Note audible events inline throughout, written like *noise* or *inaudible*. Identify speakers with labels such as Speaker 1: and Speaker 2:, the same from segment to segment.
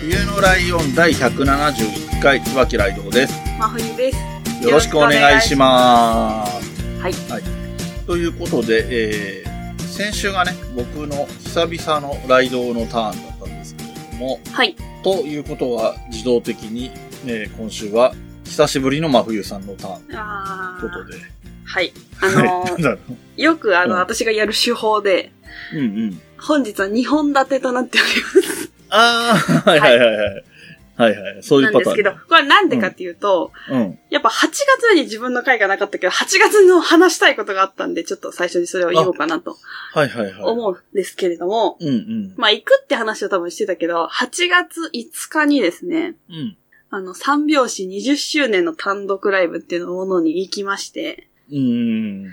Speaker 1: 冬のライオン第171回、椿ライドウです。
Speaker 2: 真冬です
Speaker 1: よろしくお願いします。
Speaker 2: はい
Speaker 1: ということで、えー、先週がね、僕の久々のライドウのターンだったんですけれども、
Speaker 2: はい
Speaker 1: ということは自動的に、えー今週は久しぶりの真冬さんのターン
Speaker 2: あ
Speaker 1: ということで。
Speaker 2: はいあの
Speaker 1: *laughs* はい。なるほど
Speaker 2: よくあの、
Speaker 1: うん
Speaker 2: 私がやる手法で
Speaker 1: *laughs* うんうん。
Speaker 2: 本日は2本立てとなっております
Speaker 1: ああ、はいはいはいはい。はいはい。そうい
Speaker 2: な
Speaker 1: うんパ
Speaker 2: で
Speaker 1: タ
Speaker 2: す
Speaker 1: ーン
Speaker 2: け
Speaker 1: ね。
Speaker 2: ど、これはなんでかっていうと、
Speaker 1: うん。
Speaker 2: やっぱ8月に自分の回がなかったけど、8月の話したいことがあったんで、ちょっと最初にそれを言おうかなと
Speaker 1: はいはいはい。
Speaker 2: 思うんですけれども、
Speaker 1: うんうん。
Speaker 2: まあ行くって話を多分してたけど、8月5日にですね、
Speaker 1: うん。
Speaker 2: あの、三拍子20周年の単独ライブっていうのものに行きまして、
Speaker 1: うん。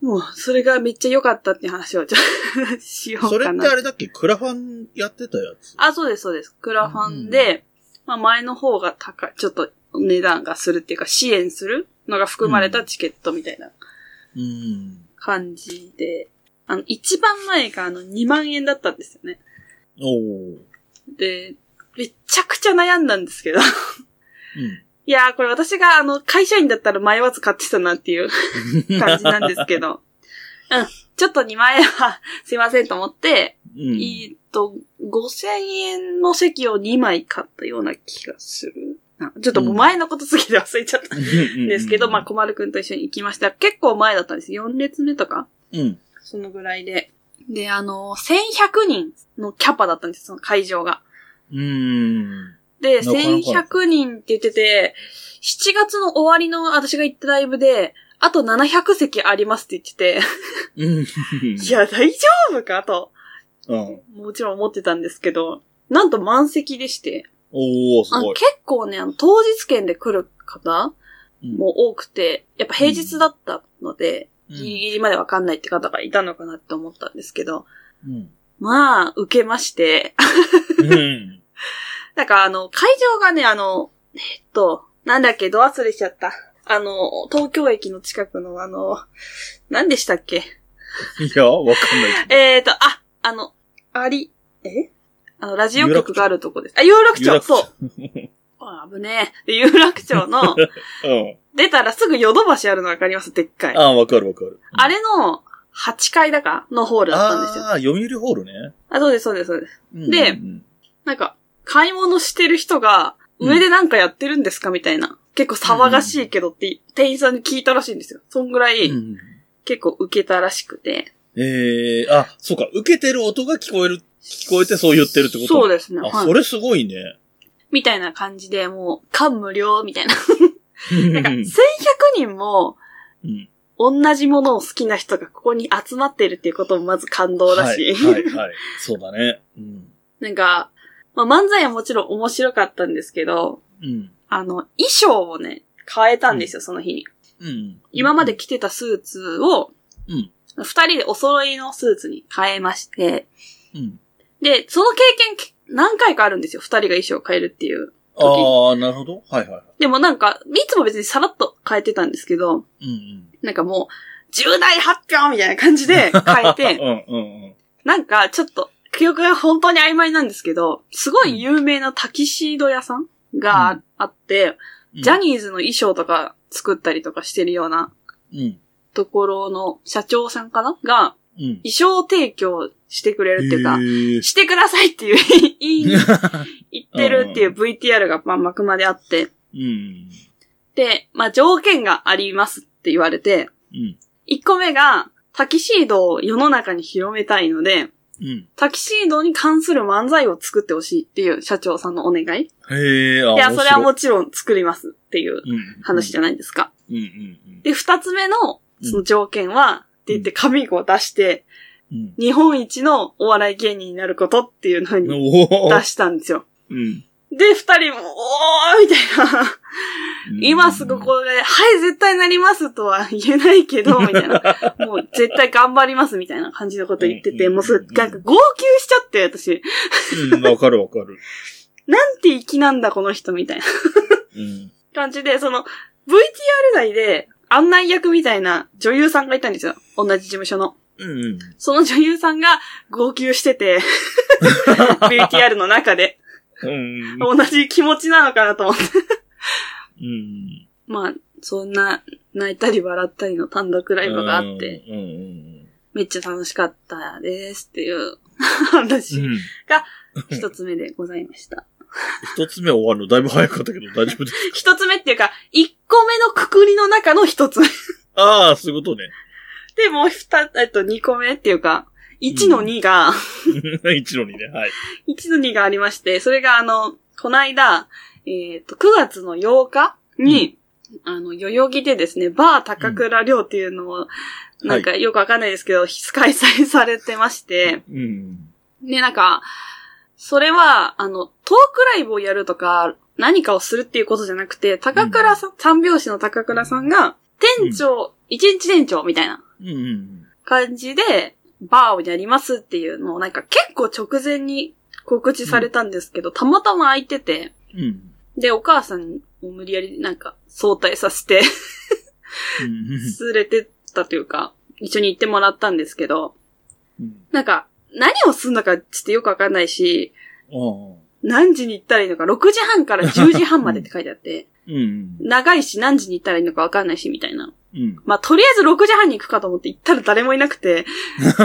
Speaker 2: もう、それがめっちゃ良かったっていう話をちょっとしようかな。
Speaker 1: それってあれだっけクラファンやってたやつ
Speaker 2: あ、そうです、そうです。クラファンで、まあ前の方が高い、ちょっと値段がするっていうか、支援するのが含まれたチケットみたいな
Speaker 1: うん。
Speaker 2: 感じで、あの、一番前があの2万円だったんですよね。
Speaker 1: おお。
Speaker 2: で、めっちゃくちゃ悩んだんですけど、 *laughs*
Speaker 1: うん。
Speaker 2: いやー、これ私があの、会社員だったら迷わず買ってたなっていう感じなんですけど。うん。ちょっと2万円はすいませんと思って、
Speaker 1: うん。
Speaker 2: えーっと、5000円の席を2枚買ったような気がするな。ちょっともう前のことすぎて忘れちゃったんですけど、まあ、小丸くんと一緒に行きました。結構前だったんです。4列目とか
Speaker 1: うん。
Speaker 2: そのぐらいで。で、あの、1100人のキャパだったんです、その会場が。
Speaker 1: うん。
Speaker 2: で、
Speaker 1: なかなか
Speaker 2: 1100人って言ってて、7月の終わりの私が行ったライブで、あと700席ありますって言って
Speaker 1: うん。
Speaker 2: て、いや、大丈夫かと、
Speaker 1: うん。
Speaker 2: もちろん思ってたんですけど、なんと満席でして、
Speaker 1: おおす
Speaker 2: あ
Speaker 1: ご
Speaker 2: の
Speaker 1: い。
Speaker 2: 結構ね、あの当日券で来る方も多くて、やっぱ平日だったので、
Speaker 1: う
Speaker 2: ギリ
Speaker 1: ん。
Speaker 2: ギリまでわかんないって方がいたのかなって思ったんですけど、
Speaker 1: うん。
Speaker 2: まあ、受けまして、
Speaker 1: うん。
Speaker 2: なんかあの、会場がね、あの、えっと、なんだっけ、ど忘れしちゃった。あの、東京駅の近くのあの、何でしたっけ
Speaker 1: いや、わかんないけど。
Speaker 2: えっ、ー、と、あ、あの、あり、えあの、ラジオ
Speaker 1: 有楽
Speaker 2: 局
Speaker 1: 町
Speaker 2: があるとこです。あ、有楽町
Speaker 1: 有楽町
Speaker 2: そう。あ危ねえ。で有楽町
Speaker 1: *laughs*
Speaker 2: の、
Speaker 1: うん。
Speaker 2: 出たらすぐヨドバシあるのわかりますでっかい。あ
Speaker 1: ああ、わかるわかる。
Speaker 2: れの、8階だかのホールだったんですよ。
Speaker 1: ああー、読売ホールね。
Speaker 2: あ、そうです、そうです、そうです。
Speaker 1: うん
Speaker 2: で
Speaker 1: うん
Speaker 2: なんか、買い物してる人が、
Speaker 1: うん
Speaker 2: 上でなんかやってるんですかみたいな。結構騒がしいけどって、店員さんに聞いたらしいんですよ。そんぐら
Speaker 1: う
Speaker 2: い、
Speaker 1: ん。
Speaker 2: 結構受けたらしくて。
Speaker 1: ええー、あ、そうか、受けてる音が聞こえる、聞こえてそう言ってるってこと
Speaker 2: そう
Speaker 1: で
Speaker 2: ですね。は
Speaker 1: あ、
Speaker 2: い
Speaker 1: それすごいね。
Speaker 2: みたいな感じで、もう、感無量、みたいな。なんか、
Speaker 1: う
Speaker 2: 1100
Speaker 1: ん
Speaker 2: 人も、
Speaker 1: うん
Speaker 2: 同じものを好きな人がここに集まってるっていうこともまず感動だし。
Speaker 1: はい、はい、はい。そうだね。うん。
Speaker 2: *laughs* なんか、まあ、漫才はもちろん面白かったんですけど、
Speaker 1: うん。
Speaker 2: あの、衣装をね、変えたんですよ、その日に。
Speaker 1: うん。
Speaker 2: 今まで着てたスーツを、
Speaker 1: うん
Speaker 2: 二人でお揃いのスーツに変えまして、
Speaker 1: うん。
Speaker 2: で、その経験け何回かあるんですよ、二人が衣装を変えるっていう。
Speaker 1: ああ、なるほど。はいはいは
Speaker 2: でもなんか、いつも別にさらっと変えてたんですけど、
Speaker 1: い。うん
Speaker 2: なんかもう、重大発表みたいな感じで変え
Speaker 1: うん。 *laughs*
Speaker 2: て、
Speaker 1: うんうんうん。
Speaker 2: なんかちょっと、記憶が本当に曖昧なんですけど、すごい有名なタキシード屋さん
Speaker 1: う
Speaker 2: があって、
Speaker 1: うん
Speaker 2: ジャニーズの衣装とか作ったりとかしてるような
Speaker 1: うん。
Speaker 2: ところの社長さんかなが
Speaker 1: う
Speaker 2: 衣
Speaker 1: ん。
Speaker 2: 装提供してくれるっていうか、
Speaker 1: へえ
Speaker 2: してくださいっていう言いに言ってるっていう VTR がまあ幕まであって、
Speaker 1: うん。
Speaker 2: で、まあ条件がありますって言われて、
Speaker 1: うん。
Speaker 2: 1個目がタキシードを世の中に広めたいので、
Speaker 1: うん。
Speaker 2: タキシードに関する漫才を作ってほしいっていう社長さんのお願い。い
Speaker 1: へえ、あ
Speaker 2: や、それはも
Speaker 1: う、
Speaker 2: ちろん作りますっていう
Speaker 1: うん。
Speaker 2: 話じゃないですか。
Speaker 1: うんうんうん。
Speaker 2: で、二つ目の、その条件は、って言って紙を出して、
Speaker 1: うん。
Speaker 2: 日本一のお笑い芸人になることっていうのに
Speaker 1: お
Speaker 2: 出
Speaker 1: ー
Speaker 2: したんですよ。
Speaker 1: うん。
Speaker 2: で、二人も、おーみたいな。今すぐここで、はい、絶対なりますとは言えないけ
Speaker 1: *laughs*
Speaker 2: ど、みたいな。もう絶対頑張りますみたいな感じのこと言ってて、
Speaker 1: うん
Speaker 2: もうそれ、なんか号泣しちゃって、私。
Speaker 1: うん、わかるわかる。
Speaker 2: なんて粋なんだ、この人、みたいな
Speaker 1: うん。
Speaker 2: 感じで、その、VTR 内で案内役みたいな女優さんがいたんですよ。同じ事務所の。
Speaker 1: うんうん。
Speaker 2: その女優さんが号泣してて、VTR の中で、
Speaker 1: うん。
Speaker 2: 同じ気持ちなのかなと思って。
Speaker 1: うん。
Speaker 2: まあ、そんな、泣いたり笑ったりの単独ライブがあって、
Speaker 1: うんうん
Speaker 2: めっちゃ楽しかったですっていう話
Speaker 1: うん。うん。
Speaker 2: 一つ目でございました。
Speaker 1: 一つ目終わるのだいぶ早かったけど大丈夫です。
Speaker 2: 一つ目っていうか、一個目のくくりの中の一つ目。
Speaker 1: ああ、そういうことね。 *laughs*
Speaker 2: で、もう二、えっと、二個目っていうか、一の二が、
Speaker 1: 一のにね、はい。
Speaker 2: 一の二がありまして、それがあの、この間、えっ、と、9月の8日に、あの、代々木でですね、バー高倉涼っていうのを、
Speaker 1: うん
Speaker 2: なんかよくわかんないですけど、開催されてまして、
Speaker 1: うん。
Speaker 2: で、なんか、それは、あの、トークライブをやるとか、何かをするっていうことじゃなくて、高倉さん、三拍子の高倉さんが、店長、一日店長みたいな
Speaker 1: うんうん。
Speaker 2: 感じで、バーをやりますっていうのを、なんか結構直前に告知されたんですけど、たまたま空いてて、
Speaker 1: うん。
Speaker 2: で、お母さんを無理やりなんか早退させて、連れてったというか、一緒に行ってもらったんですけど、
Speaker 1: うん。
Speaker 2: なんか、何をするのかちょっとよくわかんないし、
Speaker 1: ああ。
Speaker 2: 何時に行ったらいいのか、6時半から10時半までって書いてあって、
Speaker 1: うん。
Speaker 2: 長いし何時に行ったらいいのかわかんないし、みたいな。
Speaker 1: うん。
Speaker 2: まあ、とりあえず6時半に行くかと思って行ったら誰もいなくて、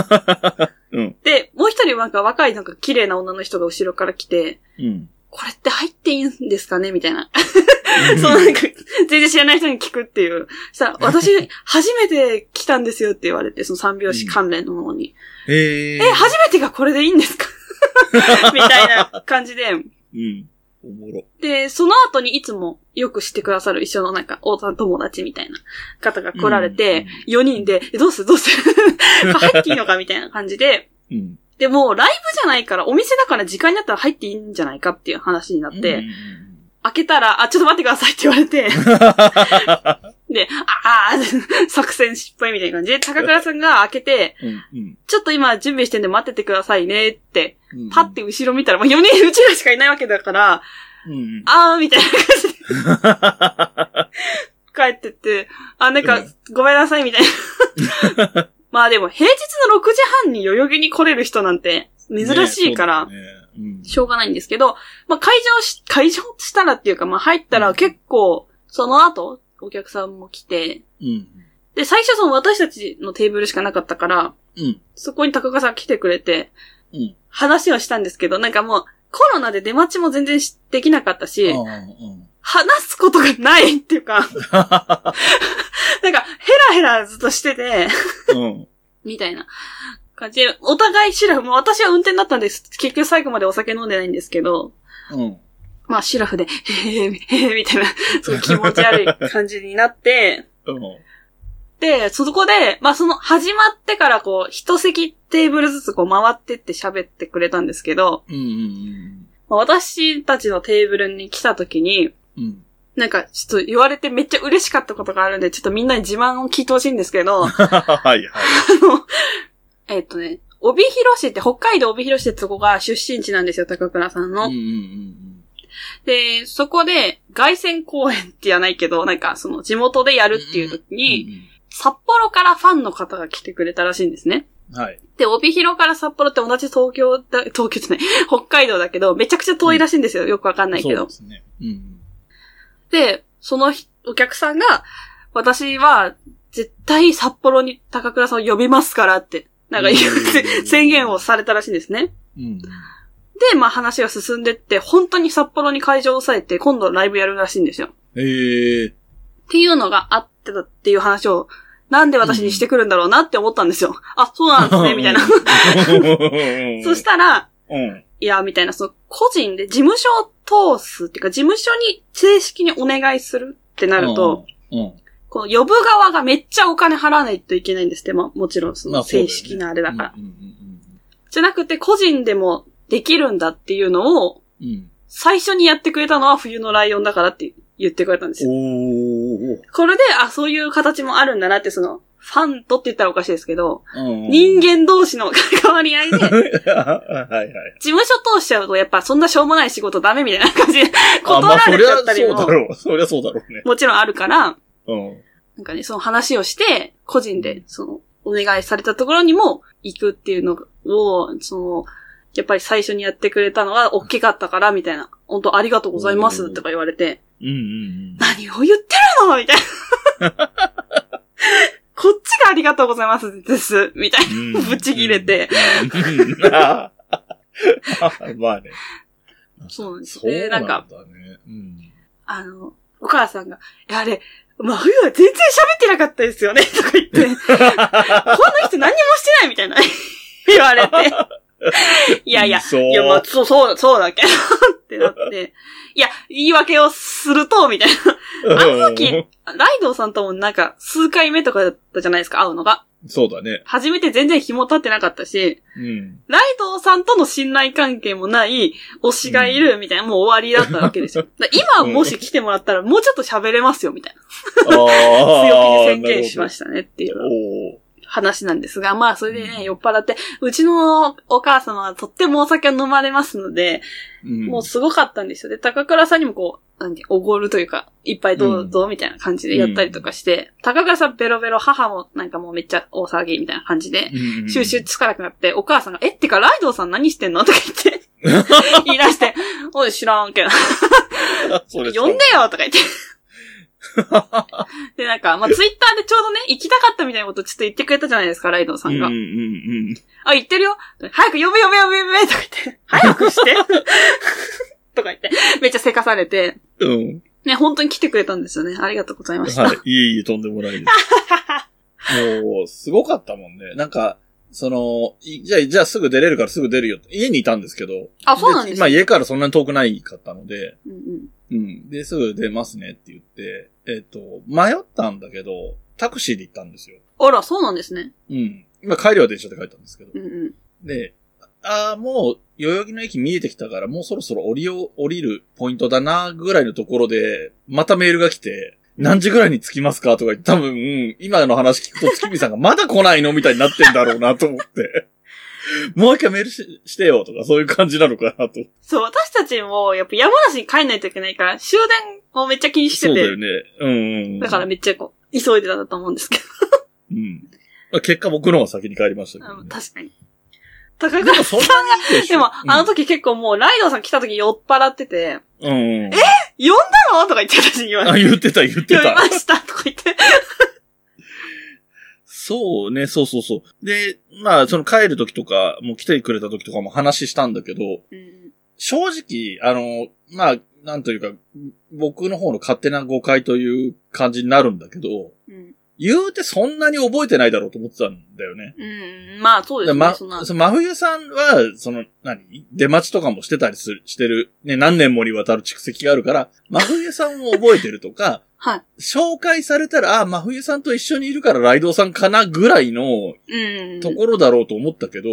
Speaker 1: *laughs* うん。
Speaker 2: で、もう一人なんか若いなんか綺麗な女の人が後ろから来て、
Speaker 1: うん。
Speaker 2: これって入っていいんですかねみた
Speaker 1: *laughs*
Speaker 2: いな。そうなんか、全然知らない人に聞くっていう。そしたら、私、初めて来たんですよって言われて、その三拍子関連のものに。
Speaker 1: ええ。
Speaker 2: え、初めてがこれでいいんですか *laughs* みたいな感じで。
Speaker 1: うん。おもろ。
Speaker 2: で、その後にいつもよくしてくださる一緒のなんか、大田友達みたいな方が来られて、4人で、え、どうする *laughs* どうする入っていいのかみたいな感じで、
Speaker 1: うん。
Speaker 2: でも、ライブじゃないから、お店だから時間になったら入っていいんじゃないかっていう話になって、
Speaker 1: うん、
Speaker 2: 開けたら、あ、ちょっと待ってくださいって言われて、 *laughs* で、ああ *laughs* ー、作戦失敗みたいな感じで、高倉さんが開けて、
Speaker 1: うん。
Speaker 2: ちょっと今準備してんで待っててくださいねって、
Speaker 1: うん。
Speaker 2: パッ。て後ろ見たら、もう4人うちらしかいないわけだから、
Speaker 1: うん。
Speaker 2: あーみたいな感じで帰ってって、あ、なんか
Speaker 1: う、
Speaker 2: ごめんなさいみたいな。
Speaker 1: *laughs*
Speaker 2: まあでも、平日の6時半に代々木に来れる人なんて珍しいから、
Speaker 1: ねそうだねうん
Speaker 2: しょうがないんですけど、まあ会場し、会場したらっていうか、まあ入ったら結構、その後、お客さんも来て、
Speaker 1: うん。
Speaker 2: で、最初その私たちのテーブルしかなかったから、
Speaker 1: うん。
Speaker 2: そこに高岡さん来てくれて、
Speaker 1: うん
Speaker 2: 話をしたんですけど、なんかもう、コロナで出待ちも全然しできなかったし、
Speaker 1: ああうん
Speaker 2: 話すことがないっていうか、なんか、ヘラヘラずっとしてて、
Speaker 1: うん。
Speaker 2: みたいな感じで、お互いシラフ、もう私は運転だったんです。結局最後までお酒飲んでないんですけど、
Speaker 1: うん。
Speaker 2: まあシラフで、へーへーみたいな、 *laughs* そういう気持ち悪い感じになって、
Speaker 1: うん。
Speaker 2: で、そこで、まあその始まってからこう、一席テーブルずつこう回ってって喋ってくれたんですけど、
Speaker 1: うんうん
Speaker 2: まあ私たちのテーブルに来た時に、
Speaker 1: うん。うん。
Speaker 2: なんかちょっと言われてめっちゃ嬉しかったことがあるんで、ちょっとみんなに自慢を聞いてほしいんですけ *laughs* ど、あ
Speaker 1: はいはい。
Speaker 2: の、えっとね、帯広市って、北海道帯広市ってそこが出身地なんですよ、高倉さんの。
Speaker 1: うんうん
Speaker 2: で、そこで、凱旋公演ってじゃないけど、なんかその地元でや
Speaker 1: うん。
Speaker 2: るっていう時に、
Speaker 1: うん
Speaker 2: 札幌からファンの方が来てくれたらしいんですね。
Speaker 1: うん。はい。
Speaker 2: で、帯広から札幌って同じ東京だ、東京じゃない、 *laughs* 北海道だけど、めちゃくちゃ遠いらしいんですよ。よくわかんないけ
Speaker 1: そ
Speaker 2: ど
Speaker 1: うで。すね。うん。
Speaker 2: で、そのひお客さんが、私は絶対札幌に高倉さんを呼びますからって、なんか言
Speaker 1: う
Speaker 2: う
Speaker 1: ん
Speaker 2: 宣言をされたらしいんですね。
Speaker 1: うん。
Speaker 2: で、まあ話が進んでって、本当に札幌に会場を抑えて、今度ライブやるらしいんですよ。
Speaker 1: ええ。
Speaker 2: っていうのがあってたっていう話を、なんで私にしてくるんだろうなって思ったんですよ。あ、そうなんですね、みたいな。そしたら、
Speaker 1: うん。
Speaker 2: いや、みたいな、その、個人で事務所を通すっていうか、事務所に正式にお願いするってなると、
Speaker 1: うん。
Speaker 2: この呼ぶ側がめっちゃお金払わないといけないんですって、まあもちろんそ
Speaker 1: ま
Speaker 2: の
Speaker 1: あそうだよ
Speaker 2: 正
Speaker 1: ね
Speaker 2: 式なあれだから。
Speaker 1: うんうん
Speaker 2: じゃなくて個人でもできるんだっていうのを、
Speaker 1: うんうん。
Speaker 2: 最初にやってくれたのは冬のライオンだからって言ってくれたんですよ。
Speaker 1: おー
Speaker 2: これで、あ、そういう形もあるんだなって、その、ファンとって言ったらおかしいですけど、
Speaker 1: うん。
Speaker 2: 人間同士の関わり
Speaker 1: *laughs*
Speaker 2: 合いで、事
Speaker 1: 間。はいはい。
Speaker 2: 務所通しちゃうと、やっぱそんなしょうもない仕事ダメみたいな感じで、
Speaker 1: *laughs* あま
Speaker 2: 断
Speaker 1: あ
Speaker 2: ら
Speaker 1: そ
Speaker 2: れ
Speaker 1: り
Speaker 2: ち
Speaker 1: ゃ
Speaker 2: ゃったり
Speaker 1: そうだ
Speaker 2: も、
Speaker 1: ろう。そりゃそうだろうね。
Speaker 2: もちろんあるから、
Speaker 1: うん。
Speaker 2: なんかね、その話をして、個人で、その、お願いされたところにも行くっていうのを、その、やっぱり最初にやってくれたのが大きかったから、みたいな。本当ありがとうございますとか言われて、
Speaker 1: うんうん
Speaker 2: 何を言ってるのみたいな。
Speaker 1: *laughs*
Speaker 2: こっちがありがとうございますです。みたいな。
Speaker 1: うん。
Speaker 2: ぶち切れて
Speaker 1: うん。うん *laughs* まあね。
Speaker 2: そうなんです
Speaker 1: そう
Speaker 2: で、な
Speaker 1: なんん
Speaker 2: か
Speaker 1: だ、ね。うん。
Speaker 2: あの、お母さんが、いや、あれ、真冬は全然喋ってなかったですよね、 *laughs* とか言って、この人何もしてないみたいな、 *laughs* 言われて。 *laughs* いやいや、
Speaker 1: そう。
Speaker 2: いや、まあ、そう、そう、そうだけど、ってなって。いや、言い訳をすると、みたいあの時
Speaker 1: うん
Speaker 2: な。ライドウさんともなんか、数回目とかだったじゃないですか、会うのが。
Speaker 1: そうだね。
Speaker 2: 初めて全然紐立ってなかったし、
Speaker 1: うん。
Speaker 2: ライドウさんとの信頼関係もない推しがいるみたいな、もう終わりだったわけです *laughs* よ。だ今もし来てもらったらもうちょっと喋れますよみたいな。強
Speaker 1: 強
Speaker 2: 気に宣言しましたねっていう話なんですが、まあそれで
Speaker 1: うん
Speaker 2: ね、酔っ払って、うちのお母様はとってもお酒を飲まれますので、もうすごかったんですよ。で、高倉さんにもこう、なんておごるというか、いっぱいど
Speaker 1: う
Speaker 2: うんぞみたいな感じでやったりとかして、高倉さんベロベロ、母もなんかもうめっちゃ大騒ぎみたいな感じで、
Speaker 1: うん。
Speaker 2: 収集つかなくなって、お母さんが、え、ってか、ライドウさん何してんのとか言って、
Speaker 1: *laughs*
Speaker 2: 言い出して、おい、知らんけど、
Speaker 1: そ
Speaker 2: 呼ん
Speaker 1: れ
Speaker 2: でよとか
Speaker 1: *laughs*
Speaker 2: 言って。で、なんか、まあ、ツイッターでちょうどね、行きたかったみたいなことをちょっと言ってくれたじゃないですか、ライドウさ
Speaker 1: うん
Speaker 2: ん
Speaker 1: うん
Speaker 2: が。
Speaker 1: うん。
Speaker 2: あ、言ってるよ早く呼べ呼べ呼べ呼べとか言って、早くしてとか
Speaker 1: *laughs*
Speaker 2: 言って、めっちゃせかされて、
Speaker 1: うん。
Speaker 2: ね、本当に来てくれたんですよね。ありがとうございました。
Speaker 1: はい。いえいえ、とんでもないです。もう、すごかったもんね。なんか、その、いじゃあ、じゃあすぐ出れるからすぐ出るよって。家にいたんですけど。
Speaker 2: *laughs* あ、そうなんです
Speaker 1: まあ
Speaker 2: よ。
Speaker 1: 家からそんなに遠くないかったので。
Speaker 2: うんうん
Speaker 1: うん。で、すぐ出ますねって言って。えっ、と、迷ったんだけど、タクシーで行ったんですよ。
Speaker 2: あら、そうなんですね。
Speaker 1: うん。まあ帰りは電車で帰ったんですけど。
Speaker 2: うんうん。
Speaker 1: で、ああ、もう、代々木の駅見えてきたから、もうそろそろ降りよう、降りるポイントだな、ぐらいのところで、またメールが来て、何時ぐらいに着きますかとか言って、多分、うん今の話聞くと月見さんがまだ来ないのみたいになってんだろうなと
Speaker 2: *laughs*
Speaker 1: 思って。もう一回メールししてよとか、そういう感じなのかなと。
Speaker 2: そう、私たちも、やっぱ山梨に帰んないといけないから、終電をめっちゃ気にして
Speaker 1: そうだ
Speaker 2: て、
Speaker 1: よね。うんうんうん。
Speaker 2: だからめっちゃこう、急いでたんだと思うんですけ
Speaker 1: うん。まあ結果僕の方が先に帰りました
Speaker 2: ど、
Speaker 1: け
Speaker 2: あの
Speaker 1: ど、ね。
Speaker 2: 確かに。高
Speaker 1: でも
Speaker 2: 倉
Speaker 1: そ
Speaker 2: さ
Speaker 1: ん
Speaker 2: ん
Speaker 1: な
Speaker 2: が、
Speaker 1: にいいでし
Speaker 2: で
Speaker 1: ょ
Speaker 2: も、あの、時結構もう、ライドウさん来た時酔っ払ってて、
Speaker 1: うん。うんう
Speaker 2: 呼
Speaker 1: ん、
Speaker 2: んだのとか言って私に言わ
Speaker 1: あ、
Speaker 2: れて、
Speaker 1: 言ってた、言って
Speaker 2: 呼び
Speaker 1: た
Speaker 2: ま。したとか言って、
Speaker 1: そうね、そうそうそう。で、まあ、その帰る時とか、もう来てくれた時とかも話したんだけど、正直、あの、まあ、なんというか、僕の方の勝手な誤解という感じになるんだけど、
Speaker 2: うんうん
Speaker 1: 言うてそんなに覚えてないだろうと思ってたんだよね。
Speaker 2: うん、まあそうですね、
Speaker 1: ま、
Speaker 2: そ
Speaker 1: そ
Speaker 2: んな
Speaker 1: の真冬さんは、その、何出待ちとかもしてたりする、してる、ね、何年もにわたる蓄積があるから、真冬さんを覚えてるとか、 *laughs*
Speaker 2: はい。
Speaker 1: 紹介されたら、あ、真冬さんと一緒にいるからライドウさんかなぐらいの
Speaker 2: うん。
Speaker 1: ところだろうと思ったけど、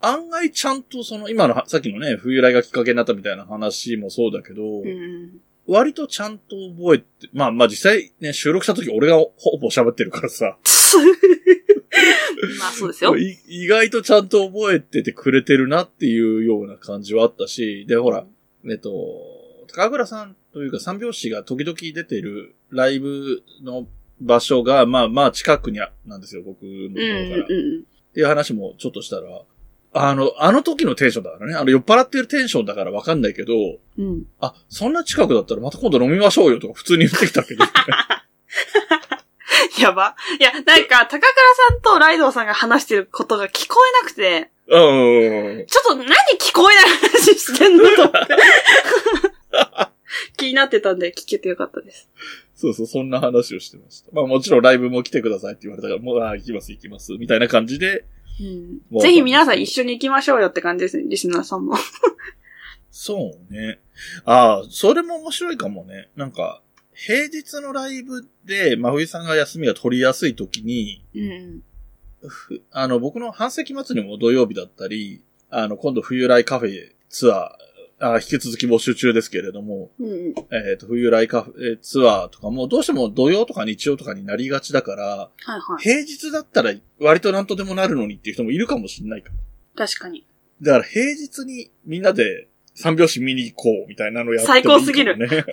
Speaker 1: 案外ちゃんとその今のはさっきのね、冬来がきっかけになったみたいな話もそうだけど、
Speaker 2: うん。
Speaker 1: 割とちゃんと覚えて、まあまあ実際ね、収録した時俺がほぼ喋ってるからさ、
Speaker 2: まあそうですよ。
Speaker 1: い意外とちゃんと覚えててくれてるなっていうような感じはあったし、で、ほら、えっと、高倉さんというか三拍子が時々出てるライブの場所が、まあまあ近くにあ、なんですよ、僕の
Speaker 2: うん
Speaker 1: ところから。
Speaker 2: うんうん。
Speaker 1: っていう話もちょっとしたら、あの、あの時のテンションだからね、あの酔っ払ってるテンションだからわかんないけど、
Speaker 2: うん。
Speaker 1: あ、そんな近くだったらまた今度飲みましょうよとか普通に言ってきたけど、
Speaker 2: やば。いや、なんか、高倉さんとライドウさんが話してることが聞こえなくて、
Speaker 1: うん。
Speaker 2: ちょっと何聞こえない話してんのと *laughs* 思って。気になってたんで聞けてよかったです。
Speaker 1: そうそう、そんな話をしてました。まあもちろんライブも来てくださいって言われたから、もう、あ行きます行きます、みたいな感じで、
Speaker 2: うん、ぜひ皆さん一緒に行きましょうよって感じですね、リスナーさんも。
Speaker 1: そうね。ああ、それも面白いかもね。なんか、平日のライブで、真冬さんが休みが取りやすい時に、
Speaker 2: うん。
Speaker 1: ふあの、僕の半世紀末にも土曜日だったり、あの、今度冬来カフェツアー、あ引き続き募集中ですけれども、
Speaker 2: うん。
Speaker 1: えっ、と、冬来カフェツアーとかも、どうしても土曜とか日曜とかになりがちだから、
Speaker 2: はいはい。
Speaker 1: 平日だったら割となんとでもなるのにっていう人もいるかもしれないから。
Speaker 2: 確かに。
Speaker 1: だから平日にみんなで三拍子見に行こうみたいなのやって
Speaker 2: 最高すぎる
Speaker 1: もいいかもね。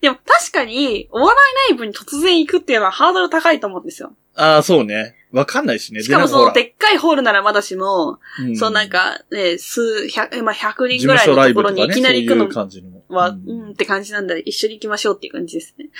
Speaker 2: でも確かに、お笑いライブに突然行くっていうのはハードル高いと思うんですよ。
Speaker 1: *laughs* ああ、そうね。わかんないしね。
Speaker 2: しかも
Speaker 1: で
Speaker 2: その、でっかいホールならまだしも、
Speaker 1: うん
Speaker 2: そうなん、か、ね、数百、まあ、100
Speaker 1: 事
Speaker 2: 人ぐ
Speaker 1: 務
Speaker 2: らい
Speaker 1: 所
Speaker 2: の
Speaker 1: ラ
Speaker 2: と
Speaker 1: イ
Speaker 2: こ
Speaker 1: ブ
Speaker 2: ろ
Speaker 1: と
Speaker 2: に
Speaker 1: か
Speaker 2: い
Speaker 1: ね、
Speaker 2: き
Speaker 1: そ
Speaker 2: な
Speaker 1: う
Speaker 2: り
Speaker 1: い
Speaker 2: 行く
Speaker 1: う
Speaker 2: の
Speaker 1: 感じの。
Speaker 2: は、
Speaker 1: う
Speaker 2: うんん、って感じなんだ。一緒に行きましょうっていう感じですね。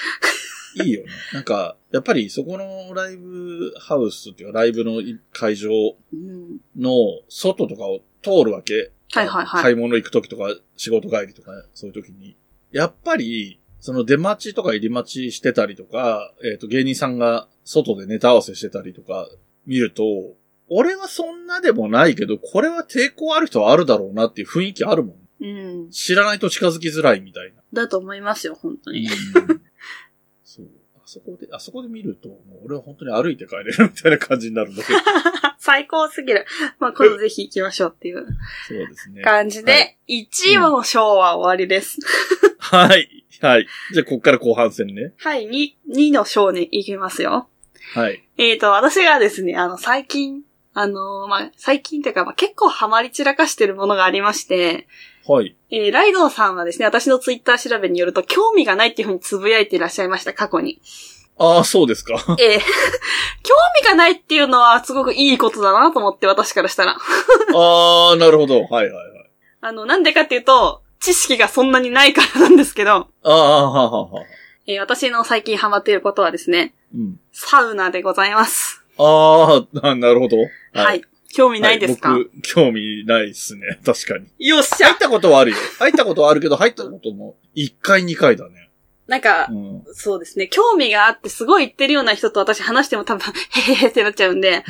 Speaker 1: いいよね。なんか、やっぱりそこのライブハウスっていうか、ライブの会場
Speaker 2: うん。
Speaker 1: の外とかを通るわけ。
Speaker 2: はいはいはい
Speaker 1: 買い物行く時とか、仕事帰りとか、そういう時に。やっぱり、その出待ちとか入り待ちしてたりとか、えっ、と、芸人さんが外でネタ合わせしてたりとか見ると、俺はそんなでもないけど、これは抵抗ある人はあるだろうなっていう雰囲気あるもん。
Speaker 2: うん。
Speaker 1: 知らないと近づきづらいみたいな。
Speaker 2: だと思いますよ、本当に。
Speaker 1: *laughs* そう。あそこで、あそこで見ると、もう俺は本当に歩いて帰れるみたいな感じになるん
Speaker 2: *laughs*
Speaker 1: だけど。
Speaker 2: *laughs* 最高すぎる。まあ、今度ぜひ行きましょうっていう
Speaker 1: そうですね。
Speaker 2: 感じ
Speaker 1: は
Speaker 2: で、1位はもう昭和終わりです。
Speaker 1: はい。はい。じゃあ、こっから後半戦ね。
Speaker 2: はい、2、2の少年いきますよ。
Speaker 1: はい。
Speaker 2: えー、と、私がですね、あの、最近、あのーまあ、最近というか、まあ、結構ハマり散らかしてるものがありまして、
Speaker 1: はい。
Speaker 2: えー、ライドウさんはですね、私のツイッター調べによると、興味がないっていうふうにつぶやいていらっしゃいました、過去に。
Speaker 1: ああ、そうですか。 *laughs*
Speaker 2: えー興味がないっていうのは、すごくいいことだなと思って、私からしたら。
Speaker 1: ああ、なるほど。はいはいはい。
Speaker 2: あの、なんでかっていうと、知識がそんなにないからなんですけど、
Speaker 1: ああ、はあはあはあ。
Speaker 2: えー私の最近ハマっていることはですね、
Speaker 1: うん。
Speaker 2: サウナでございます。
Speaker 1: あー *laughs* あ、なるほど。
Speaker 2: はい。興味ないですか、
Speaker 1: はい僕、興味ないっすね。確かに。
Speaker 2: よっし
Speaker 1: 入っ
Speaker 2: ゃ
Speaker 1: たことはあるよ。入ったことはあるけど、入ったことも、1回、2回だね。
Speaker 2: なんか *laughs*
Speaker 1: う、ん。
Speaker 2: そうですね。興味があってすごい言ってるような人と私話しても多分、へへへってなっちゃうんで、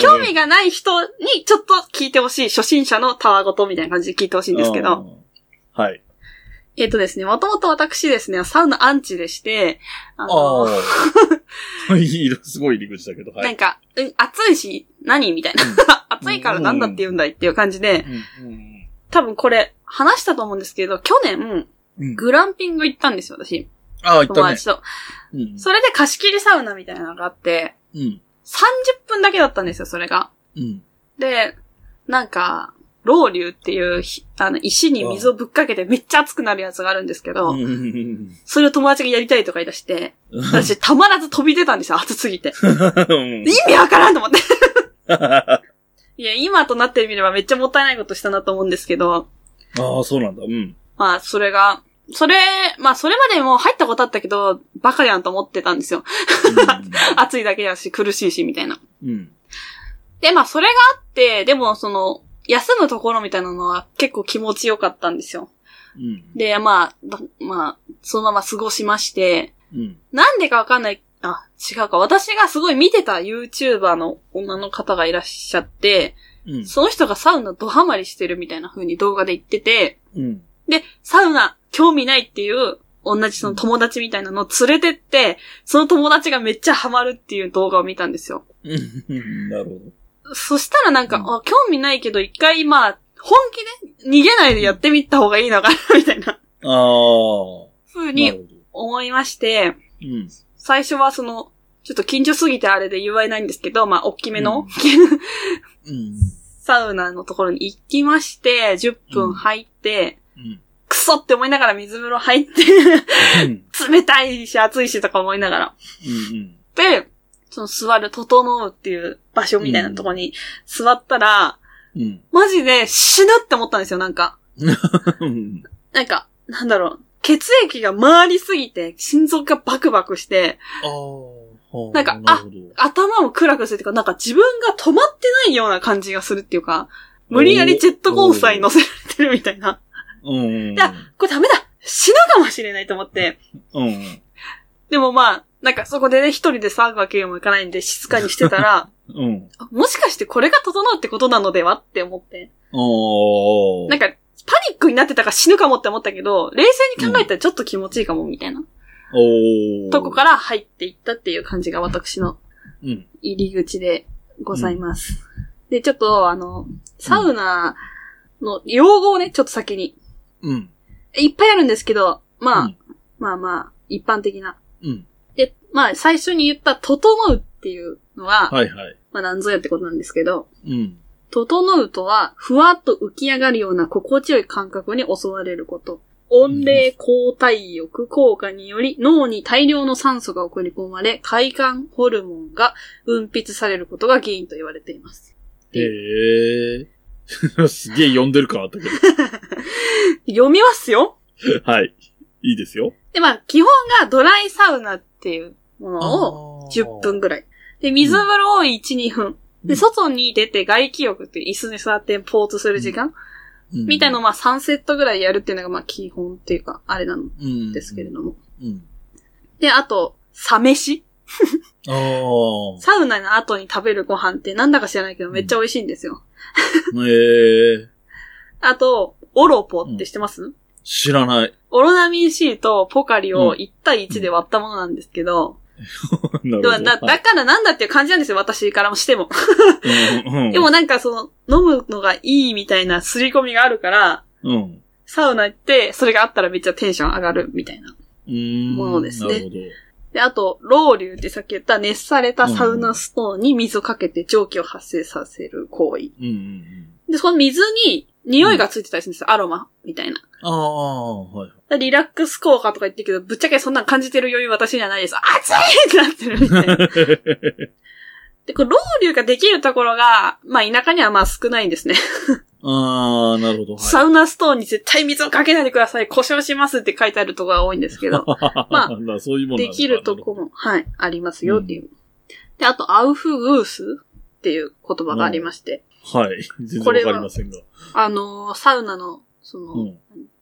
Speaker 2: 興味がない人にちょっと聞いてほしい、初心者のたわごとみたいな感じで聞いてほしいんですけ
Speaker 1: う
Speaker 2: ど、
Speaker 1: ん。はい。
Speaker 2: えっ、とですね、もともと私ですね、サウナアンチでして、あの、
Speaker 1: ああ。 *laughs* いい、すごい入り口だけど、は
Speaker 2: なん
Speaker 1: い。
Speaker 2: か、うん、暑いし、何みたいな。 *laughs* 暑いからなんだって言うんだいっていう感じで、
Speaker 1: うん
Speaker 2: 多分これ、話したと思うんですけど、去年、
Speaker 1: うん
Speaker 2: グランピング行ったんですよ、私。
Speaker 1: ああ、行っ
Speaker 2: 友
Speaker 1: たね
Speaker 2: 達。と。
Speaker 1: うん
Speaker 2: それで貸し切りサウナみたいなのがあって、
Speaker 1: うん。
Speaker 2: 30分だけだったんですよ、それが。
Speaker 1: うん。
Speaker 2: で、なんか、老流っていうひ、あの、石に水をぶっかけてめっちゃ熱くなるやつがあるんですけど、
Speaker 1: うん。
Speaker 2: それを友達がやりたいとか言い出して、
Speaker 1: うん
Speaker 2: 私たまらず飛び出たんですよ、熱すぎて。
Speaker 1: う
Speaker 2: 意
Speaker 1: ん *laughs*
Speaker 2: 味わからんと思って。いや、今となってみればめっちゃもったいないことしたなと思うんですけど、
Speaker 1: ああ、そうなんだ。うん。
Speaker 2: まあ、それが、それ、まあ、それまでも入ったことあったけど、バカやんと思ってたんですよ。暑いだけだし、苦しいし、みたいな。
Speaker 1: うん。
Speaker 2: で、まあ、それがあって、でも、その、休むところみたいなのは結構気持ちよかったんですよ。
Speaker 1: うん。
Speaker 2: で、まあ、だまあ、そのまま過ごしまして、
Speaker 1: うん。
Speaker 2: なんでかわかんない、あ、違うか。私がすごい見てた YouTuber の女の方がいらっしゃって、
Speaker 1: うん。
Speaker 2: その人がサウナドハマりしてるみたいな風に動画で言ってて、
Speaker 1: うん。
Speaker 2: で、サウナ興味ないっていう、同じその友達みたいなのを連れてって、その友達がめっちゃハマるっていう動画を見たんですよ。
Speaker 1: うん。なるほど。
Speaker 2: そしたらなんか、
Speaker 1: うん
Speaker 2: あ、興味ないけど一回まあ、本気で逃げないでやってみた方がいいのかな、みたいな
Speaker 1: ああ。
Speaker 2: 風
Speaker 1: なる
Speaker 2: に
Speaker 1: ほど。
Speaker 2: 思いまして、
Speaker 1: うん。
Speaker 2: 最初はその、ちょっと緊張すぎてあれで言われないんですけど、まあ、大きめの、
Speaker 1: うんうん。
Speaker 2: *laughs* サウナのところに行きまして、10分入って、
Speaker 1: うん
Speaker 2: クソって思いながら水風呂入って、 *laughs*
Speaker 1: うん。
Speaker 2: 冷たいし暑いしとか思いながら。
Speaker 1: うん。
Speaker 2: で、その座る、整うっていう場所みたいなところに座ったら、
Speaker 1: うん。
Speaker 2: マジで死ぬって思ったんですよ、なんか。
Speaker 1: うん。
Speaker 2: なんか、なんだろう。血液が回りすぎて、心臓がバクバクして、
Speaker 1: ああ。
Speaker 2: なんか
Speaker 1: なるほど
Speaker 2: 頭も暗くするっていうか、なんか自分が止まってないような感じがするっていうか、無理やりジェットコースターに乗せられてるみたいな。 *laughs*
Speaker 1: うん。
Speaker 2: じゃこれダメだ死ぬかもしれないと思って。
Speaker 1: うん。
Speaker 2: でもまあ、なんかそこでね、一人で騒ぐわけにもいかないんで静かにしてたら、
Speaker 1: うん。
Speaker 2: あもしかしてこれが整うってことなのではって思って。
Speaker 1: ああ。
Speaker 2: なんか、パニックになってたから死ぬかもって思ったけど、冷静に考えたらちょっと気持ちいいかも、みたいな、
Speaker 1: おー。
Speaker 2: とこから入っていったっていう感じが私の
Speaker 1: うん。
Speaker 2: 入り口でございます。で、ちょっと、あの、サウナの用語をね、ちょっと先に。
Speaker 1: うん。
Speaker 2: いっぱいあるんですけど、まあ、
Speaker 1: うん
Speaker 2: まあまあ、一般的な。
Speaker 1: うん。
Speaker 2: で、まあ、最初に言った、整うっていうのは、
Speaker 1: はいはい。
Speaker 2: まあ、なんぞやってことなんですけど、
Speaker 1: うん。
Speaker 2: 整うとは、ふわっと浮き上がるような心地よい感覚に襲われること。温冷交代浴効果により脳に大量の酸素が送り込まれ、快感ホルモンが分泌されることが原因と言われています。
Speaker 1: へえ。 *laughs* すげえ読んでる感あったけ
Speaker 2: 読みますよ
Speaker 1: ど。 *laughs* はい。いいですよ。
Speaker 2: で、まあ、基本がドライサウナっていうものを
Speaker 1: あー
Speaker 2: 10分。ぐらい。で、水風呂を1、2分。
Speaker 1: う
Speaker 2: で、
Speaker 1: ん
Speaker 2: 外に出て外気浴っていう椅子に座ってポーズする時間、みたいのをまあ3セットぐらいやるっていうのがまあ基本っていうか、あれなん
Speaker 1: うん
Speaker 2: ですけれども。
Speaker 1: うん。
Speaker 2: で、あと、サ飯
Speaker 1: ああ。
Speaker 2: サウナの後に食べるご飯ってなんだか知らないけどめっちゃ美味しいんですよ。
Speaker 1: ええ。
Speaker 2: あと、オロポって知ってます、
Speaker 1: 知らない。 *laughs*
Speaker 2: オロナミン C とポカリを1対1で割ったものなんですけど、
Speaker 1: なるほ
Speaker 2: でも
Speaker 1: ど。
Speaker 2: だだからなんだっていう感じなんですよ、私からもしても。
Speaker 1: うんうん
Speaker 2: でもなんかその、飲むのがいいみたいな刷り込みがあるから、
Speaker 1: うん。
Speaker 2: サウナ行って、それがあったらめっちゃテンション上がるみたいな。
Speaker 1: うん。
Speaker 2: ものですね
Speaker 1: なるほど。
Speaker 2: で、あと、ロウリュってさっき言った熱されたサウナストーンに水をかけて蒸気を発生させる行為。
Speaker 1: うんうんうん。
Speaker 2: で、その水に匂いがついてたりするんですよ。アロマみたいな。
Speaker 1: ああ、はい。
Speaker 2: リラックス効果とか言ってるけど、ぶっちゃけそんなん感じてる余裕私にはないです。熱いってなってるみたいな。で、これ、ロウリュができるところが、まあ田舎にはまあ少ないんですね。
Speaker 1: *laughs* ああ、なるほど。はい。
Speaker 2: サウナストーンに絶対水をかけないでください。故障しますって書いてあるところが多いんですけど
Speaker 1: *laughs* まあ、そういうもの
Speaker 2: できるとこも、はい、ありますよっていう。で、あと、アウフグースっていう言葉がありまして、
Speaker 1: はい。全然わかりませんが。
Speaker 2: あのー、サウナの、その、
Speaker 1: うん。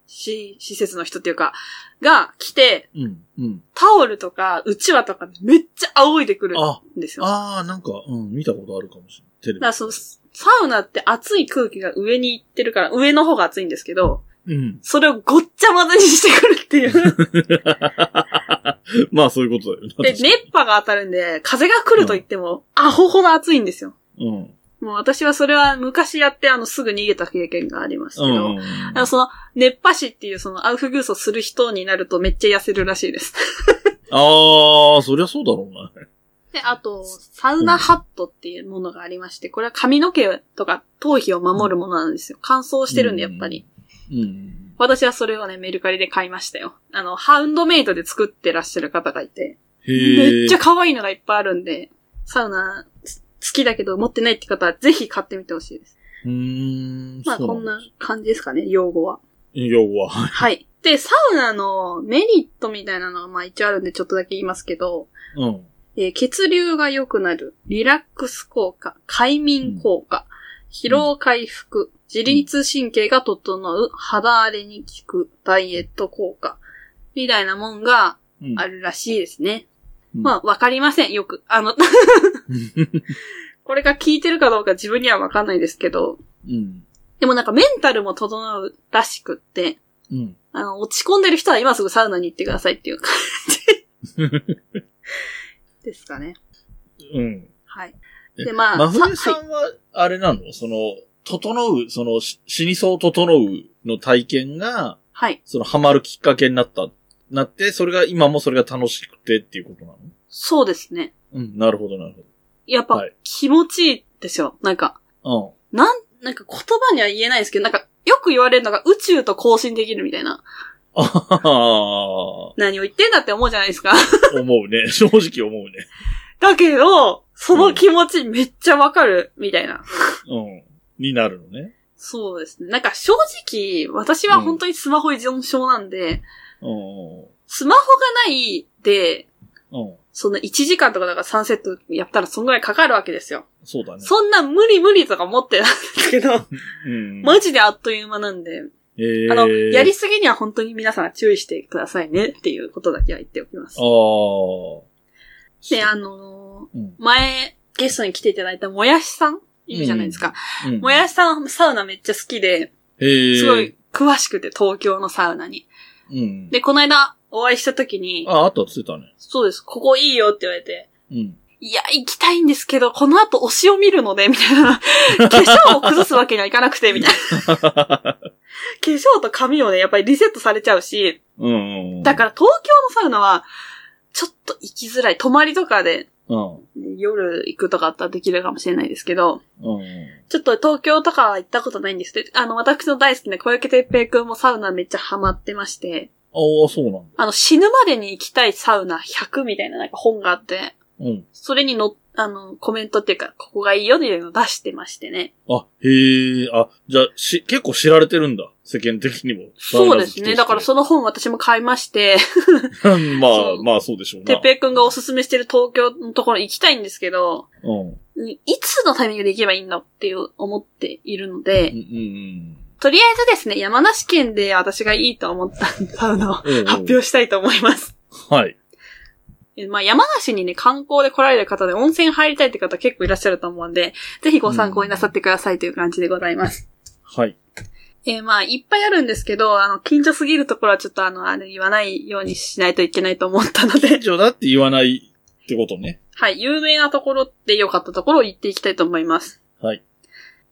Speaker 2: し施設の人っていうか、が来て、
Speaker 1: うん。うん。
Speaker 2: タオルとか、うちわとかめっちゃ仰いでくる
Speaker 1: あ、
Speaker 2: んですよ。だか
Speaker 1: ああ、なんか、うん、見たことあるかもしれない。テレビ。
Speaker 2: らその、サウナって熱い空気が上に行ってるから、上の方が熱いんですけど、
Speaker 1: うん。 *laughs*
Speaker 2: それをごっちゃ混ぜにしてくるっていう。
Speaker 1: まあ、そういうことだよ
Speaker 2: で、
Speaker 1: ね。
Speaker 2: 熱波が当たるんで、風が来ると言っても、アホほど熱いんですよ。
Speaker 1: うん。
Speaker 2: もう私はそれは昔やってあのすぐ逃げた経験がありますけ
Speaker 1: う
Speaker 2: ど、
Speaker 1: ん。
Speaker 2: あのその熱波師っていうそのアウフグースをする人になるとめっちゃ痩せるらしいです。
Speaker 1: ああ、そりゃそうだろうな。
Speaker 2: *laughs* で、あと、サウナハットっていうものがありまして、これは髪の毛とか頭皮を守るものなんですよ。乾燥してるんでやっぱり。
Speaker 1: うん。
Speaker 2: 私はそれをね、メルカリで買いましたよ。あの、ハウンドメイドで作ってらっしゃる方がいて、
Speaker 1: へえ。
Speaker 2: めっちゃ可愛いのがいっぱいあるんで、サウナつ好きだけど持ってないって方はぜひ買ってみてほしいです。
Speaker 1: うーん。
Speaker 2: まあ
Speaker 1: そう
Speaker 2: こ
Speaker 1: なん
Speaker 2: ん
Speaker 1: だ
Speaker 2: な感じですかね、用語は。
Speaker 1: 要は。
Speaker 2: はい。で、サウナのメリットみたいなのがまあ一応あるんでちょっとだけ言いますけど、
Speaker 1: うん。
Speaker 2: えー血流が良くなる、リラックス効果、快眠効果、疲労回復、自律神経が整う、肌荒れに効く、ダイエット効果、みたいなもんが
Speaker 1: うん
Speaker 2: あるらしいですね。
Speaker 1: うん
Speaker 2: まあ、わかりません、よく。あの、 *laughs* これが効いてるかどうか自分にはわかんないですけど、
Speaker 1: うん。
Speaker 2: でもなんかメンタルも整うらしくって、
Speaker 1: うん。
Speaker 2: あの、落ち込んでる人は今すぐサウナに行ってくださいっていう感じですかね。
Speaker 1: うん。
Speaker 2: はい。
Speaker 1: え
Speaker 2: で、まあ、
Speaker 1: 真冬
Speaker 2: さ
Speaker 1: さ
Speaker 2: はい
Speaker 1: んは、あれなのその、整う、その、し死にそう整うの体験が、
Speaker 2: はい。
Speaker 1: その、ハマるきっかけになった、なって、それが、今もそれが楽しくてっていうことなの
Speaker 2: そうですね。
Speaker 1: うん、なるほど、なる
Speaker 2: やっぱ
Speaker 1: はい、
Speaker 2: 気持ちいいですよ。なんか、
Speaker 1: ほ
Speaker 2: なん、なんか言葉には言えないですけど、なんか、よく言われるのが宇宙と交信できるみたいな。
Speaker 1: ど。うん。あはは
Speaker 2: 何を言ってんだって思うじゃないですか。 *laughs*
Speaker 1: *laughs* 思うね。正直思うね。
Speaker 2: だけど、その気持ちめっちゃわかる、みたいな。
Speaker 1: うん。になるのね。
Speaker 2: そうですね。なんか正直、私は本当にスマホ依存症なんで、
Speaker 1: う
Speaker 2: スマホがないで、
Speaker 1: ん。うん。
Speaker 2: その1時間とかだから3セットやったらそんぐらいかかるわけですよ。
Speaker 1: そうだね。
Speaker 2: そんな無理無理とか思ってたんですけど、
Speaker 1: うん。
Speaker 2: マジであっという間なんで、
Speaker 1: えー
Speaker 2: あの、やりすぎには本当に皆さん注意してくださいねっていうことだけは言っておきます
Speaker 1: あ。あ。
Speaker 2: で、あの
Speaker 1: うん
Speaker 2: ー、前、ゲストに来ていただいたもやしさんいるじゃないですか。
Speaker 1: うん
Speaker 2: もやしさん、サウナめっちゃ好きで、
Speaker 1: へえ。
Speaker 2: すごい詳しくて、東京のサウナに。
Speaker 1: うん。
Speaker 2: で、この間、お会いした時に、
Speaker 1: あ、あったって言ってたね。
Speaker 2: そうです、ここいいよって言われて、
Speaker 1: うん。
Speaker 2: いや、行きたいんですけど、この後推しを見るので、みたいな。 *laughs* 化粧を崩すわけにはいかなくて、みたいな。化粧と髪をね、やっぱりリセットされちゃうし、
Speaker 1: うんうんうん。
Speaker 2: だから東京のサウナは、ちょっと行きづらい。泊まりとかで、
Speaker 1: ら、うん。
Speaker 2: 夜行くとかあったらできるかもしれないですけど、
Speaker 1: うんうん。
Speaker 2: ちょっと東京とかは行ったことないんですけど、あの、私の大好きな小池徹平くんもサウナめっちゃハマってまして、
Speaker 1: ああ、そうなんだ。
Speaker 2: あの、死ぬまでに行きたいサウナ100みたいななんか本があって、
Speaker 1: うん。
Speaker 2: それにの、あの、コメントっていうか、ここがいいよっていうのを出してましてね。
Speaker 1: あ、へえ、あ、じゃあ、し、結構知られてるんだ。世間的にも。
Speaker 2: そうですね。だから
Speaker 1: そ、
Speaker 2: その本私も買いまして、
Speaker 1: ま
Speaker 2: そ
Speaker 1: あ、
Speaker 2: う
Speaker 1: まあそうでしょう
Speaker 2: て
Speaker 1: な
Speaker 2: っ。ぺいくんがおすすめしてる東京のところ行きたいんですけど、
Speaker 1: うん。うん
Speaker 2: いつのタイミングで行けばいいんだっていう思っているので、
Speaker 1: うん
Speaker 2: とりあえずですね、山梨県で私がいいと思ったサウナを
Speaker 1: うん。うんうん
Speaker 2: 発表したいと思います。
Speaker 1: はい。
Speaker 2: えまあ、山梨にね、観光で来られる方で温泉入りたいって方結構いらっしゃると思うんで、ぜひご参考になさってくださいという感じでございます。
Speaker 1: はい。
Speaker 2: えーまあ、いっぱいあるんですけど、あの、近所すぎるところはちょっとあの、あれ言わないようにしないといけないと思ったので *laughs*
Speaker 1: 以、上だって言わないってことね。
Speaker 2: はい、有名なところって良かったところを言っていきたいと思います。
Speaker 1: はい。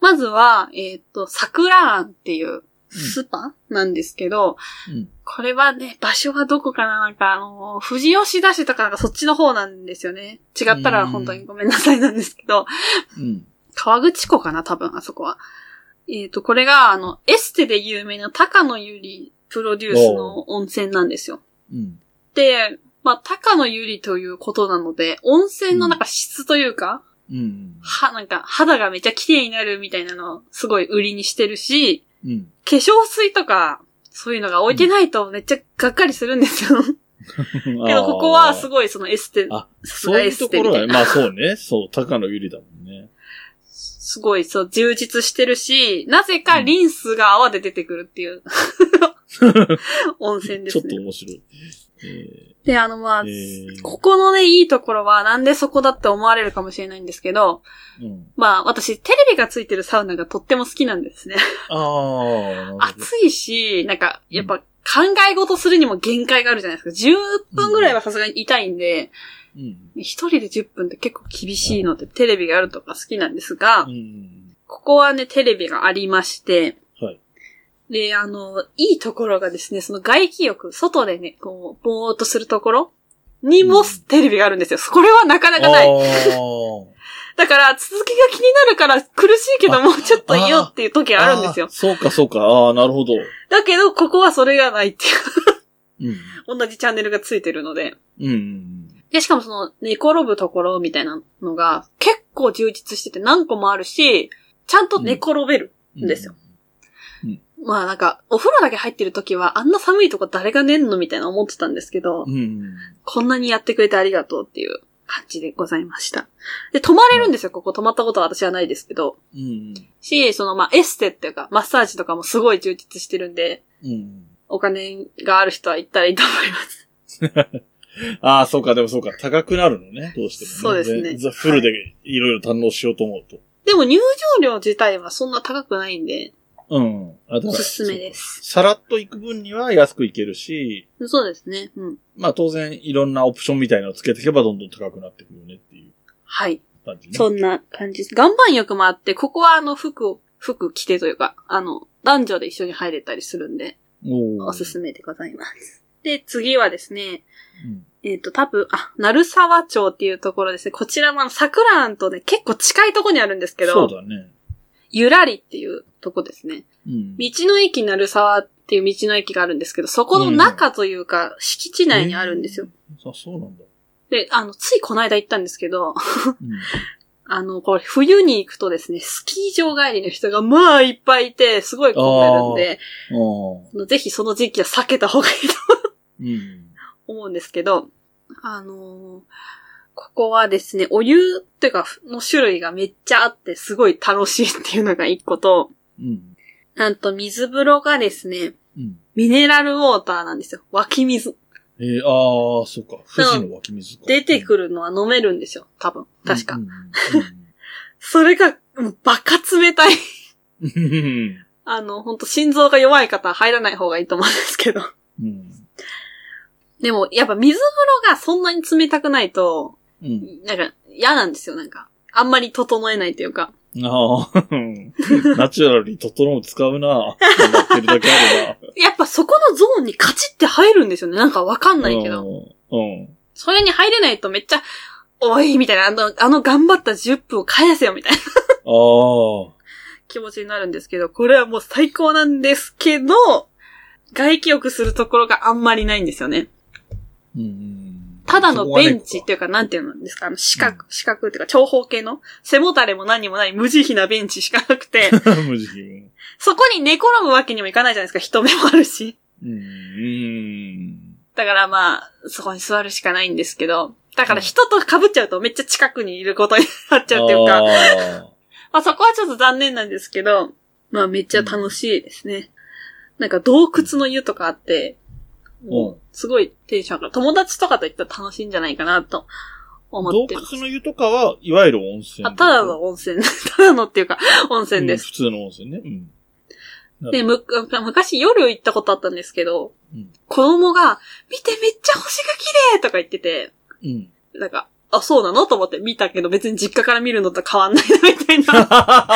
Speaker 2: まずは、えーっと、桜庵っていうスーパーなんですけど、
Speaker 1: うん。
Speaker 2: これはね、場所はどこかななんか、あのー、富士吉田市とかがそっちの方なんですよね。違ったら本当にごめんなさいなんですけど、
Speaker 1: うん。
Speaker 2: 川口湖かな多分、あそこは。えっ、と、これが、あの、エステで有名な高野ゆりプロデュースの温泉なんですよ。
Speaker 1: うん。
Speaker 2: で、まあ、高野ゆりということなので、温泉のなんか質というか、
Speaker 1: うん。
Speaker 2: は、なんか肌がめっちゃ綺麗になるみたいなのをすごい売りにしてるし、
Speaker 1: うん。
Speaker 2: 化粧水とか、そういうのが置いてないとめっちゃがっかりするんですよ。 *laughs* けど、ここはす
Speaker 1: い。
Speaker 2: ごいそのエステ、
Speaker 1: あ、
Speaker 2: さす
Speaker 1: そう
Speaker 2: が
Speaker 1: い
Speaker 2: エ
Speaker 1: う
Speaker 2: ス
Speaker 1: と
Speaker 2: テ
Speaker 1: こ
Speaker 2: み
Speaker 1: ろ
Speaker 2: たい
Speaker 1: は、
Speaker 2: な。
Speaker 1: まあそうね。そう、高野ゆりだもんね。
Speaker 2: すごい、そう、充実してるし、なぜかリンスが泡で出てくるって
Speaker 1: *laughs*
Speaker 2: いう、温泉で
Speaker 1: ちょっ
Speaker 2: す
Speaker 1: と
Speaker 2: ね。
Speaker 1: 面白い。え
Speaker 2: で、あの、まあ、
Speaker 1: えー
Speaker 2: ここのね、いいところは、なんでそこだって思われるかもしれないんですけど、
Speaker 1: ーうん。
Speaker 2: まあ、私、テレビがついてるサウナがとっても好きなんですね。
Speaker 1: ああ、なるほど
Speaker 2: 暑いし、なんか、やっぱ、考え事するにも限界があるじゃないですか。10分ぐらいはさすがに痛いんで、
Speaker 1: うん。
Speaker 2: 一人で10分って結構厳しいので、テレビがあるとか好きなんですが、
Speaker 1: うん。
Speaker 2: ここはね、テレビがありまして、
Speaker 1: はい。
Speaker 2: で、あの、いいところがですね、その外気浴、外でね、こう、ぼーっとするところにも
Speaker 1: うん
Speaker 2: テレビがあるんですよ。これはなかなかない。
Speaker 1: あ
Speaker 2: だから、続きが気になるから苦しいけども、ちょっといいよっていう時があるんですよ
Speaker 1: ー。そうか、そうか。ああ、なるほど。
Speaker 2: だけど、ここはそれがないっていう。
Speaker 1: うん。
Speaker 2: 同じチャンネルがついてるので。
Speaker 1: うん。
Speaker 2: で、しかもその、寝転ぶところみたいなのが、結構充実してて何個もあるし、ちゃんと寝転べる。
Speaker 1: うん
Speaker 2: ですよ。まあなんか、お風呂だけ入ってる時は、あんな寒いとこ誰が寝んのみたいな思ってたんですけど、
Speaker 1: うん。
Speaker 2: こんなにやってくれてありがとうっていう感じでございました。で、泊まれるんですよ、ここ。泊まったことは私はないですけど。
Speaker 1: うん。
Speaker 2: し、その、まあ、エステっていうか、マッサージとかもすごい充実してるんで、
Speaker 1: うん。
Speaker 2: お金がある人は行ったらいいと思います。 *laughs*
Speaker 1: ああ、そうか、でもそうか。高くなるのね。どうしても、ね。
Speaker 2: そうですね
Speaker 1: 全ザフルでいろいろ堪能しようと思うと。
Speaker 2: でも入場料自体はそんな高くないんで、
Speaker 1: うん。あだから
Speaker 2: おすすめです。
Speaker 1: さらっと行く分には安く行けるし、
Speaker 2: そうですね。うん。
Speaker 1: まあ当然いろんなオプションみたいなのをつけていけばどんどん高くなっていくよねっていう
Speaker 2: はい。
Speaker 1: 感じね。
Speaker 2: そんな感じです。岩盤浴もあって、ここはあの、服を、服着てというか、あの、男女で一緒に入れたりするんで、
Speaker 1: お
Speaker 2: おすす
Speaker 1: め。
Speaker 2: めでございます。で、次はですね、
Speaker 1: うん
Speaker 2: えっ、と、多分、あ、鳴沢町っていうところですね。こちらもあの、桜庵とね、結構近いところにあるんですけ
Speaker 1: そう
Speaker 2: ど、
Speaker 1: だね。
Speaker 2: ゆらりっていうとこですね。
Speaker 1: うん。
Speaker 2: 道の駅鳴沢っていう道の駅があるんですけど、そこの中というか、敷地内にあるんですよ。
Speaker 1: あ、そうなんだ。
Speaker 2: で、あの、ついこの間行ったんですけど、
Speaker 1: うん
Speaker 2: あの、これ、冬に行くとですね、スキー場帰りの人がまあいっぱいいて、すごい混んでるんで、
Speaker 1: ああ。
Speaker 2: あのぜひその時期は避けた方がいいと
Speaker 1: うん。
Speaker 2: 思うんですけど、あのーここはですね、お湯っていうか、の種類がめっちゃあって、すごい楽しいっていうのが一個と、
Speaker 1: うん。
Speaker 2: なんと水風呂がですね、
Speaker 1: うん。
Speaker 2: ミネラルウォーターなんですよ。湧き水。
Speaker 1: えー、ああ、そうか。富士の湧き水か。
Speaker 2: 出てく
Speaker 1: る。
Speaker 2: るのは飲めるんですよ。多分。確か。
Speaker 1: うん
Speaker 2: それが、もうバカ冷たい。 *laughs*
Speaker 1: うんうん。
Speaker 2: あの、本当心臓が弱い方は入らない方がいいと思うんですけど。
Speaker 1: うん。
Speaker 2: でも、やっぱ水風呂がそんなに冷たくないと、
Speaker 1: うん。
Speaker 2: なんか嫌なんですよ、なんか。あんまり整えないというか。
Speaker 1: ああ、ナチュラルに整う使うな。やってるだけあれば。
Speaker 2: やっぱそこのゾーンにカチって入るんですよね。なんかわかんないけど。
Speaker 1: うん。うん。
Speaker 2: それに入れないとめっちゃ、おい、みたいな、あの、あの頑張った10分を返せよ、みたいな *laughs*
Speaker 1: ああ。
Speaker 2: 気持ちになるんですけど、これはもう最高なんですけど、外気浴するところがあんまりないんですよね。
Speaker 1: うん。
Speaker 2: ただのベンチっ
Speaker 1: そこ
Speaker 2: ていうか、なんていうんですか、あの四角、四角っていうか、長方形の、背もたれも何もない無慈悲なベンチしかなくて、
Speaker 1: はね。無慈悲。
Speaker 2: そこに寝転ぶわけにもいかないじゃないですか、人目もあるし。
Speaker 1: うん。
Speaker 2: だからまあ、そこに座るしかないんですけど、だから人と被っちゃうとめっちゃ近くにいることになっちゃうっていうか、
Speaker 1: か。
Speaker 2: まあそこはちょっと残念なんですけど、まあめっちゃ楽しいですね。なんか洞窟の湯とかあって、
Speaker 1: う
Speaker 2: も
Speaker 1: ん
Speaker 2: う。すごいテンション上がる。友達とかと行ったら楽しいんじゃないかなと思
Speaker 1: 洞
Speaker 2: ってます。
Speaker 1: 窟の湯とかは、いわゆる温泉。
Speaker 2: あただの温泉、 *laughs* ただのっていうか、温泉です。
Speaker 1: うん普通の温泉ね。うん。
Speaker 2: で、む、昔夜行ったことあったんですけど、
Speaker 1: うん
Speaker 2: 子供が、見てめっちゃ星が綺麗とか言ってて、
Speaker 1: うん。
Speaker 2: なんか、あ、そうなのと思って見たけど、別に実家から見るのと変わんないな、みたい
Speaker 1: *laughs*
Speaker 2: な。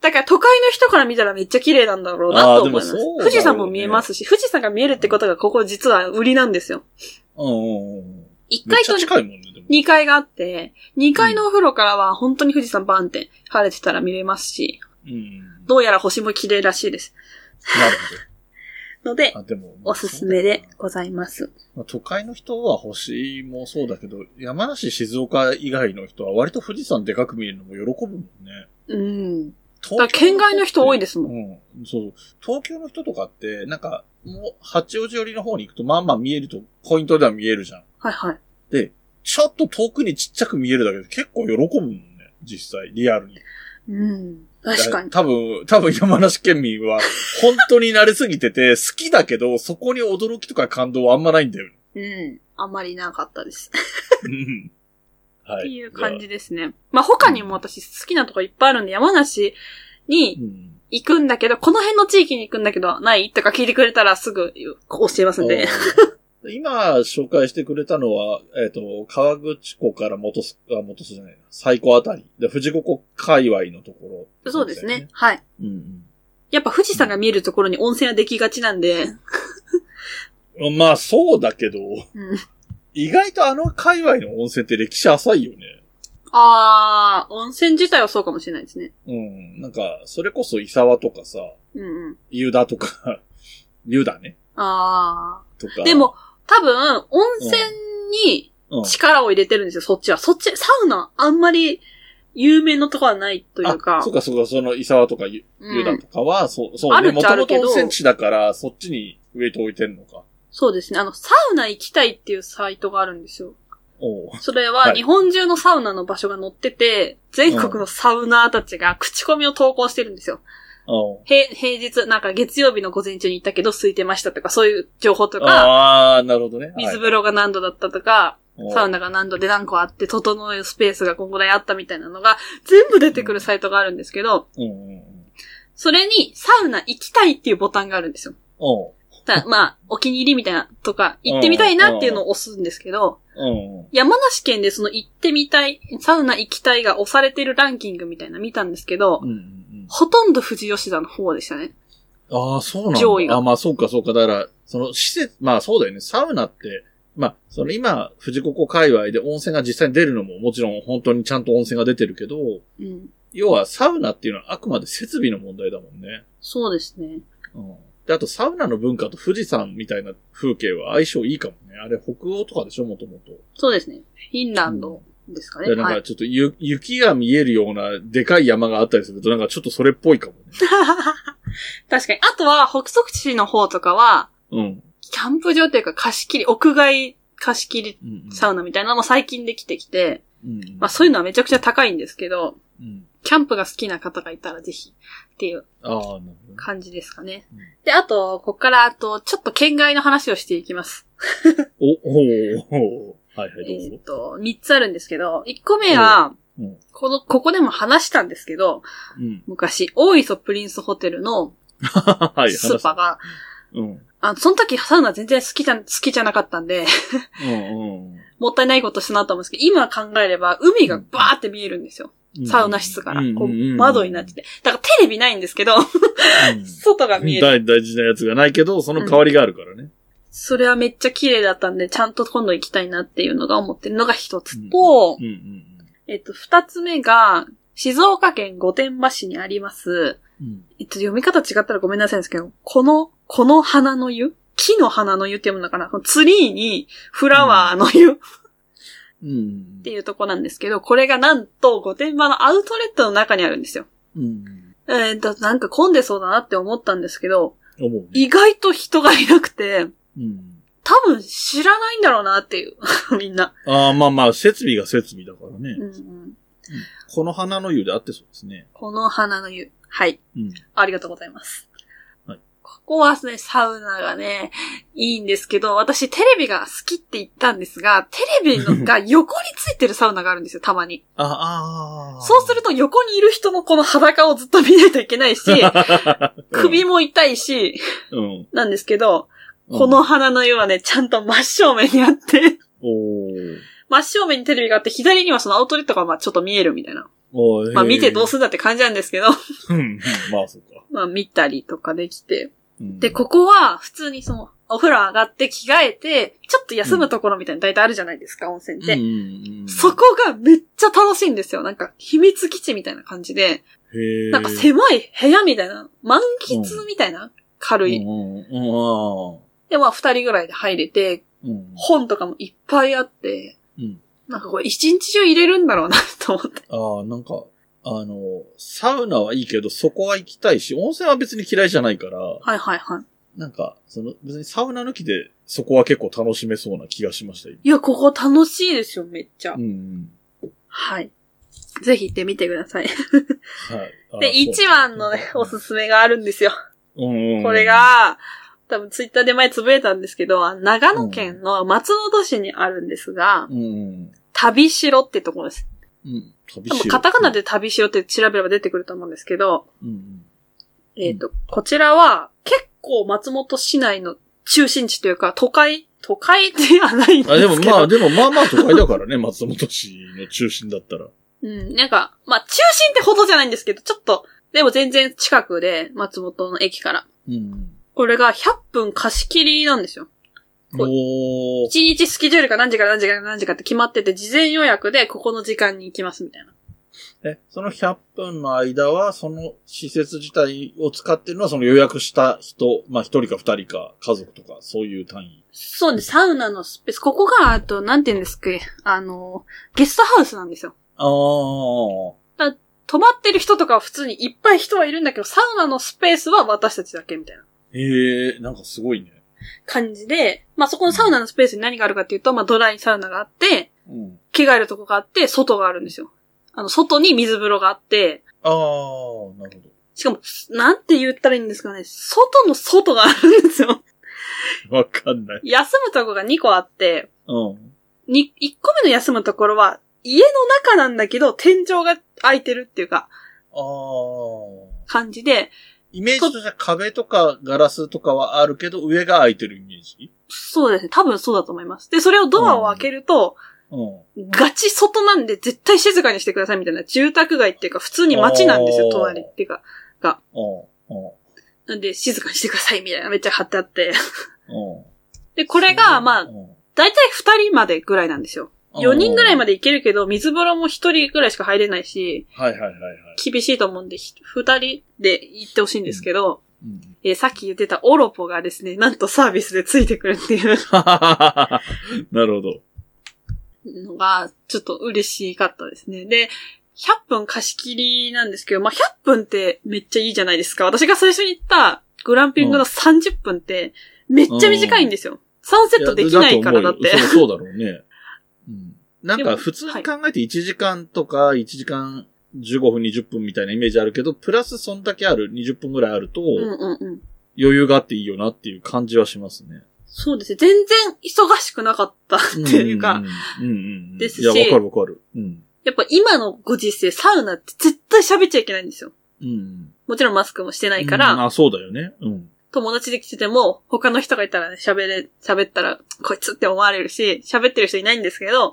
Speaker 2: だから都会の人から見たらめっちゃ綺麗なんだろうな
Speaker 1: あー
Speaker 2: と思いま
Speaker 1: で
Speaker 2: す。
Speaker 1: もそうだろうね
Speaker 2: 富士山も見えますし、富士山が見えるってことがここ実は売りなんですよ。
Speaker 1: うんうんうん。
Speaker 2: 1
Speaker 1: めっ
Speaker 2: 階
Speaker 1: ちゃ
Speaker 2: と
Speaker 1: 近いもんね、でも。
Speaker 2: 2階があって、2階のお風呂からは本当に富士山バンって晴れてたら見れますし、
Speaker 1: うん。
Speaker 2: どうやら星も綺麗らしいです。
Speaker 1: なる
Speaker 2: ので
Speaker 1: ほど。、あ、でも。
Speaker 2: おすすめでございます。
Speaker 1: まあ都会の人は星もそうだけど、山梨、静岡以外の人は割と富士山でかく見えるのも喜ぶもんね。
Speaker 2: うん。
Speaker 1: 東
Speaker 2: だから県外の人多い
Speaker 1: で
Speaker 2: ですもん。
Speaker 1: うん。そう。東京の人とかって、なんか、もう、八王子寄りの方に行くと、まあまあ見えると、ポイントでは見えるじゃん。
Speaker 2: はいはい。
Speaker 1: ちょっと遠くにちっちゃく見えるだけで結構喜ぶもんね。実際、リアルに。
Speaker 2: うん。確かに。
Speaker 1: 多分、多分山梨県民は、 *laughs* 本当に慣れすぎてて、好きだけど、そこに驚きとか感動はあんまないんだよ。
Speaker 2: うん。あんまりなかったです。
Speaker 1: うんは
Speaker 2: っ
Speaker 1: い。
Speaker 2: ていう感じですね。まあ、他にも私好きなとこいっぱいあるんで、山梨
Speaker 1: じゃ
Speaker 2: に
Speaker 1: あ。うん
Speaker 2: 行くんだけど、この辺の地域に行くんだけど、ないとか聞いてくれたらすぐ教えますんで。
Speaker 1: おー今紹介してくれたのは、えっ、と、川口湖から元す、あ、元すじゃないな、最高あたり。で、富士五湖界隈のところ、
Speaker 2: そうですね。。はい。
Speaker 1: うん、
Speaker 2: やっぱ富士山が見えるところに温泉はできがちなんで、
Speaker 1: うん。まあ、そうだけど、
Speaker 2: うん。
Speaker 1: 意外とあの界隈の温泉って歴史浅いよね。
Speaker 2: あー、温泉自体はそうかもしれないですね。
Speaker 1: うん。なんか、それこそ伊沢とかさ、
Speaker 2: うんうん。
Speaker 1: 湯田とか、 *laughs* 湯田ね、
Speaker 2: あ
Speaker 1: とか。
Speaker 2: ー。でも、多分、温泉に
Speaker 1: うん、
Speaker 2: 力を入れてるんですよ、そっちは。そっち、サウナ、あんまり、有名なとこはないというか。
Speaker 1: あそうかそうか、その伊沢とか湯
Speaker 2: うん
Speaker 1: 湯田とかは、そう、そう、
Speaker 2: あるっ
Speaker 1: も
Speaker 2: ちゃあ
Speaker 1: とも
Speaker 2: る
Speaker 1: と
Speaker 2: けど
Speaker 1: 温泉地だから、そっちにウェイト置いてんのか。
Speaker 2: そうですね。あの、サウナ行きたいっていうサイトがあるんですよ。
Speaker 1: おう
Speaker 2: それ
Speaker 1: は
Speaker 2: はい日本中のサウナの場所が載ってて、全国のサウナーたちが口コミを投稿してるんですよ。
Speaker 1: おう
Speaker 2: 平平日、なんか月曜日の午前中に行ったけど空いてましたとか、そういう情報とか、
Speaker 1: ああー、なるほどね。
Speaker 2: 水風呂が何度だったとか、
Speaker 1: 呂
Speaker 2: サウナが何度で何個あって、整うスペースがこんぐらいあったみたいなのが、全部出てくるサイトがあるんですけど、
Speaker 1: うんうんうん。
Speaker 2: それにサウナ行きたいっていうボタンがあるんですよ。
Speaker 1: おう
Speaker 2: だまあ、お気に入りみたいなとか、行ってみたいなっていうのを押すんですけど、
Speaker 1: うんうん。
Speaker 2: 山梨県でその行ってみたい、サウナ行きたいが押されてるランキングみたいなの見たんですけど、
Speaker 1: うんうんうん。
Speaker 2: ほとんど富士吉田の方でしたね。
Speaker 1: ああ、そうなんだ。
Speaker 2: 上位が
Speaker 1: あまあそうかそうか。だから、その施設、まあそうだよね。サウナって、まあ、その今、富士五湖界隈で温泉が実際に出るのももちろん本当にちゃんと温泉が出てるけど、
Speaker 2: うん。
Speaker 1: 要はサウナっていうのはあくまで設備の問題だもんね。
Speaker 2: そうですね。
Speaker 1: うん。で、あとサウナの文化と富士山みたいな風景は相性いいかもね。あれ北欧とかでしょ、もともと。
Speaker 2: そうですね。フィンランドですかね。
Speaker 1: でなん
Speaker 2: は
Speaker 1: か
Speaker 2: い。
Speaker 1: ちょっとゆ、雪が見えるようなでかい山があったりすると、なんかちょっとそれっぽいかもね。
Speaker 2: 確かに。あとは、北側市の方とかは、
Speaker 1: うん
Speaker 2: キャンプ場というか貸し切り、屋外貸し切り
Speaker 1: うんうん。
Speaker 2: サウナみたいなのも最近できてきて、
Speaker 1: うん
Speaker 2: まあそういうのはめちゃくちゃ高いんですけど、
Speaker 1: うん。
Speaker 2: キャンプが好きな方がいたらぜひっていう
Speaker 1: ああ、なるほどね。
Speaker 2: 感じですかね
Speaker 1: うん。
Speaker 2: で、あと、こっから、あと、ちょっと県外の話をしていきます。
Speaker 1: お、おーおーはいはい、
Speaker 2: えー
Speaker 1: どう
Speaker 2: っ
Speaker 1: ぞ。
Speaker 2: と、三つあるんですけど、一個目は、
Speaker 1: うん
Speaker 2: この、ここでも話したんですけど、
Speaker 1: うん。 *laughs*
Speaker 2: 昔、大磯プリンスホテルの
Speaker 1: はい、
Speaker 2: スーパーが、
Speaker 1: 話すうん。
Speaker 2: あの、その時サウナ全然好きじゃ、好きじゃなかったん
Speaker 1: *laughs*
Speaker 2: で、
Speaker 1: うんうん
Speaker 2: もったいないことしたなと思うんですけど、今考えれば海がバーって見えるんですよ。
Speaker 1: うん。
Speaker 2: サウナ室から。
Speaker 1: うん
Speaker 2: こう
Speaker 1: うんうん
Speaker 2: 窓になってて。だからテレビないんですけど、
Speaker 1: うん
Speaker 2: 外が見える。
Speaker 1: 大大事なやつがないけど、その代わりがあるからね。
Speaker 2: それはめっちゃ綺麗だったんで、ちゃんと今度行きたいなっていうのが思ってるのが一つと、
Speaker 1: うんうん
Speaker 2: えっと、二つ目が、静岡県御殿場市にあります、
Speaker 1: うん。
Speaker 2: えっと、読み方違ったらごめんなさいんですけど、この、この花の湯木の花の湯って読むのかなこのツリーにフラワーの湯っ
Speaker 1: うんうん
Speaker 2: ていうとこなんですけど、これがなんと御殿場のアウトレットの中にあるんですよ。
Speaker 1: うん。
Speaker 2: えーっと、なんか混んでそうだなって思ったんですけど、
Speaker 1: 思うね。
Speaker 2: 意外と人がいなくて、
Speaker 1: うん。
Speaker 2: 多分知らないんだろうなっていう、 *laughs* みんな。
Speaker 1: ああ、まあまあ、設備が設備だからね。
Speaker 2: うんうん、
Speaker 1: この花の湯であってそうですね。
Speaker 2: この花の湯。はい。
Speaker 1: うん。
Speaker 2: ありがとうございます。
Speaker 1: はい
Speaker 2: ここはね、サウナがね、いいんですけど、私テレビが好きって言ったんですが、テレビのが横についてるサウナがあるんです
Speaker 1: *laughs*
Speaker 2: よ、たまに。
Speaker 1: ああ。
Speaker 2: そうすると横にいる人のこの裸をずっと見ないといけないし、
Speaker 1: *laughs*
Speaker 2: 首も痛いし、
Speaker 1: うん。
Speaker 2: なんですけど、
Speaker 1: うん
Speaker 2: この。花の湯はね、ちゃんと真正面にあって、
Speaker 1: おー
Speaker 2: 真正面にテレビがあって、左にはそのアウトレットがまあちょっと見えるみたいな。
Speaker 1: おー
Speaker 2: まあ見てどう
Speaker 1: す
Speaker 2: すんだって感じなんですけど、
Speaker 1: うんうん。まあ、そうか。
Speaker 2: まあ見たりとかできて、
Speaker 1: うん
Speaker 2: で、ここは普通にその、お風呂上がって着替えて、ちょっと休むところみたいな大体あるじゃないですか、温泉って。
Speaker 1: うんうんうん
Speaker 2: そこがめっちゃ楽しいんですよ。なんか、秘密基地みたいな感じで、
Speaker 1: へえ。
Speaker 2: なんか狭い部屋みたいな、満喫みたいな、軽い。
Speaker 1: うんうんうん。
Speaker 2: で、まあ二人ぐらいで入れて、
Speaker 1: うん。
Speaker 2: 本とかもいっぱいあって、
Speaker 1: うん
Speaker 2: なんかこれ一日中入れるんだろうなと思
Speaker 1: *laughs*
Speaker 2: って。
Speaker 1: ああ、なんか、あの、サウナはいいけど、そこは行きたいし、温泉は別に嫌いじゃないから、
Speaker 2: はいはいはい。
Speaker 1: なんか、その、別にサウナ抜きで、そこは結構楽しめそうな気がしました、今
Speaker 2: いや、ここ楽しいですよ、めっちゃ。
Speaker 1: うんうん。
Speaker 2: はい。ぜひ行ってみてください。
Speaker 1: はいあー。
Speaker 2: で、一番のね、おすすめがあるんですよ。
Speaker 1: そううんうん
Speaker 2: これ、が、多分ツイッターで前つぶれたんですけど、あの長野県の松本市にあるんですが、
Speaker 1: うんうん。
Speaker 2: 旅城ってところです。
Speaker 1: うん。旅
Speaker 2: 多分
Speaker 1: しよう
Speaker 2: カタカナ、で旅城って調べれば出てくると思うんですけど、
Speaker 1: うんうん。
Speaker 2: えっ、と、こちらは結構松本市内の中心地というか、都会、都会ではないんですけど。
Speaker 1: あ、でもまあ、でもまあまあ都会だからね、松本市の中心だったら。
Speaker 2: うん、なんか、まあ中心ってほどじゃないんですけど、ちょっと、でも全然近くで、松本の駅から。
Speaker 1: うん。
Speaker 2: これが100分貸し切りなんですよ。こう
Speaker 1: おー。
Speaker 2: 一日スケジュールが何時から何時から何時かって決まってて、事前予約でここの時間に行きますみたいな。
Speaker 1: え、その100分の間は、その施設自体を使ってるのは、その予約した人、まあ一人か二人か家族とか、そういう単位。
Speaker 2: そうです。サウナのスペース。ここが、あと、なんて言うんですかあの、ゲストハウスなんですよ。
Speaker 1: あー。
Speaker 2: 泊まってる人とかは普通にいっぱい人はいるんだけど、サウナのスペースは私たちだけみたいな
Speaker 1: ええなんかすごいね。
Speaker 2: 感じで、まあそこのサウナのスペースに何があるかっていうと、まあドライサウナがあって、
Speaker 1: うん。
Speaker 2: 着替えるとこがあって、外があるんですよ。あの、外に水風呂があって、
Speaker 1: あー、なる
Speaker 2: しかも、なんて言ったらいいんですかね、外の外があるんですよ。
Speaker 1: ほど。わかんない。
Speaker 2: 休むとこが2個あって、
Speaker 1: うん。
Speaker 2: に、1個目の休むところは、家の中なんだけど、天井が開いてるっていうか、
Speaker 1: あー。
Speaker 2: 感じで、
Speaker 1: イメージとしては壁とかガラスとかはあるけど、上が空いてるイメージ
Speaker 2: そうですね。多分そうだと思います。で、それをドアを開けると、
Speaker 1: うん。
Speaker 2: ガチ外なんで絶対静かにしてくださいみたいな、住宅街っていうか、普通に街なんです
Speaker 1: あ
Speaker 2: よ、
Speaker 1: ー
Speaker 2: 隣っていうか。
Speaker 1: うん。うん。
Speaker 2: なんで、静かにしてくださいみたいな、めっちゃ貼ってあって。
Speaker 1: うん。
Speaker 2: で、これが、ま
Speaker 1: う
Speaker 2: あ、
Speaker 1: ん、
Speaker 2: だいたい2人までぐらいなんですよ。4人ぐらいまで行けるけど、水風呂も1人ぐらいしか入れないし、
Speaker 1: はいはいはいはい。
Speaker 2: 厳しいと思うんで、2人で行ってほしいんですけど、
Speaker 1: うん、
Speaker 2: えーさっき言ってたオロポがですね、なんとサービスでついてくるっていう
Speaker 1: なるほど。
Speaker 2: のが、ちょっと嬉しかったですね。で、100分貸し切りなんですけど、まあ、100分ってめっちゃいいじゃないですか。私が最初に言ったグランピングの30分ってめっちゃ短いんですよ。サン *laughs* セットできないからだっ
Speaker 1: い
Speaker 2: て
Speaker 1: や。そうそうだろうね。うん。なん
Speaker 2: でも
Speaker 1: か普通に考えて1時間とか1時間15分20分みたいなイメージあるけど、プラスそんだけある20分ぐらいあると、
Speaker 2: うんうんうん。
Speaker 1: 余裕があっていいよなっていう感じはしますね。
Speaker 2: そうですね。 *laughs* 全然忙しくなかったっていうか、
Speaker 1: んうんうんうんうん
Speaker 2: ですし
Speaker 1: いや、わかるわかる。うん。
Speaker 2: やっぱ今のご時世、サウナって絶対喋っちゃいけないんですよ。
Speaker 1: うん。
Speaker 2: もちろんマスクもしてないか
Speaker 1: うん
Speaker 2: ら、
Speaker 1: あ、そうだよね。うん。
Speaker 2: 友達で来てても、他の人がいたらね、喋れ、喋ったら、こいつって思われるし、喋ってる人いないんですけど、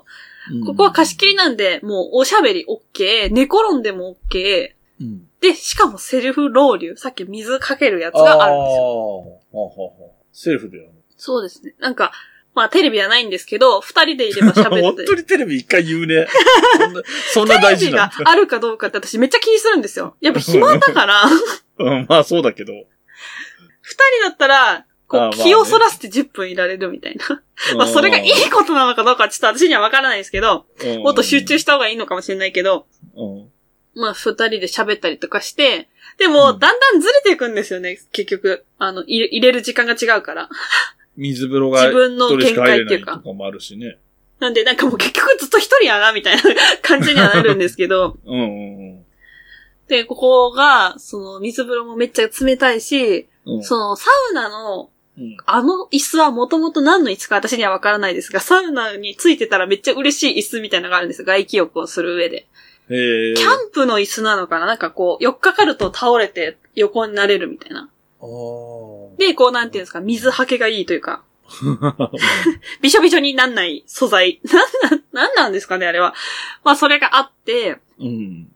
Speaker 1: うん
Speaker 2: ここは貸し切りなんで、もうおしゃべり OK、寝転んでも OK、
Speaker 1: うん。
Speaker 2: で、しかもセルフロウリュ、さっき水かけるやつ
Speaker 1: ああー、
Speaker 2: があるんですよ。
Speaker 1: はあはあはあセルフでやる。
Speaker 2: そうですね。なんか、まあテレビはないんですけど、二人でいれば喋っ
Speaker 1: *laughs* 本
Speaker 2: て。
Speaker 1: 当にテレビ一回言うね。そんな、そんな大
Speaker 2: テレ
Speaker 1: 事
Speaker 2: ビが
Speaker 1: な。
Speaker 2: あるかどうかって私めっちゃ気にするんですよ。やっぱ暇だ
Speaker 1: *laughs*
Speaker 2: から、二
Speaker 1: うん、まあそうだけど。
Speaker 2: 人だったら、
Speaker 1: あ
Speaker 2: こ
Speaker 1: まあ
Speaker 2: う、
Speaker 1: ね
Speaker 2: 気をそらして10分いられるみたいな。まあ、それがいいことなのかどうかはちょっと私にはわからないですけど、
Speaker 1: うん
Speaker 2: もっと集中した方がいいのかもしれないけど、
Speaker 1: うん。
Speaker 2: まあ、二人で喋ったりとかして、でも、
Speaker 1: うん
Speaker 2: だんだんずれていくんですよね、結局。あの、入れ入れる時間が違うから。
Speaker 1: 水風呂が
Speaker 2: 自分の
Speaker 1: 一人し
Speaker 2: 限
Speaker 1: か入
Speaker 2: 界
Speaker 1: れ
Speaker 2: って
Speaker 1: ないいう
Speaker 2: か
Speaker 1: と。かもあるしね。
Speaker 2: なんで、なんかもう結局ずっと一人やな、みたいな感じにはなるんですけ
Speaker 1: *laughs*
Speaker 2: ど。
Speaker 1: うんうん
Speaker 2: で、ここが、その、水風呂もめっちゃ冷たいし、
Speaker 1: うん。うん
Speaker 2: その、サウナの、
Speaker 1: うん。
Speaker 2: あの椅子はもともと何の椅子か私にはわからないですが、サウナについてたらめっちゃ嬉しい椅子みたいなのがあるんですよ。外気浴をする上で。
Speaker 1: へえ。
Speaker 2: キャンプの椅子なのかななんかこう、よっかかると倒れて横になれるみたいな。
Speaker 1: あー
Speaker 2: で、こうなんていうんですか、水はけがいいというか、
Speaker 1: う
Speaker 2: びしょびしょになんない素材。 *laughs* なんなん、なんなんですかね、あれは。まあそれがあって、
Speaker 1: ん。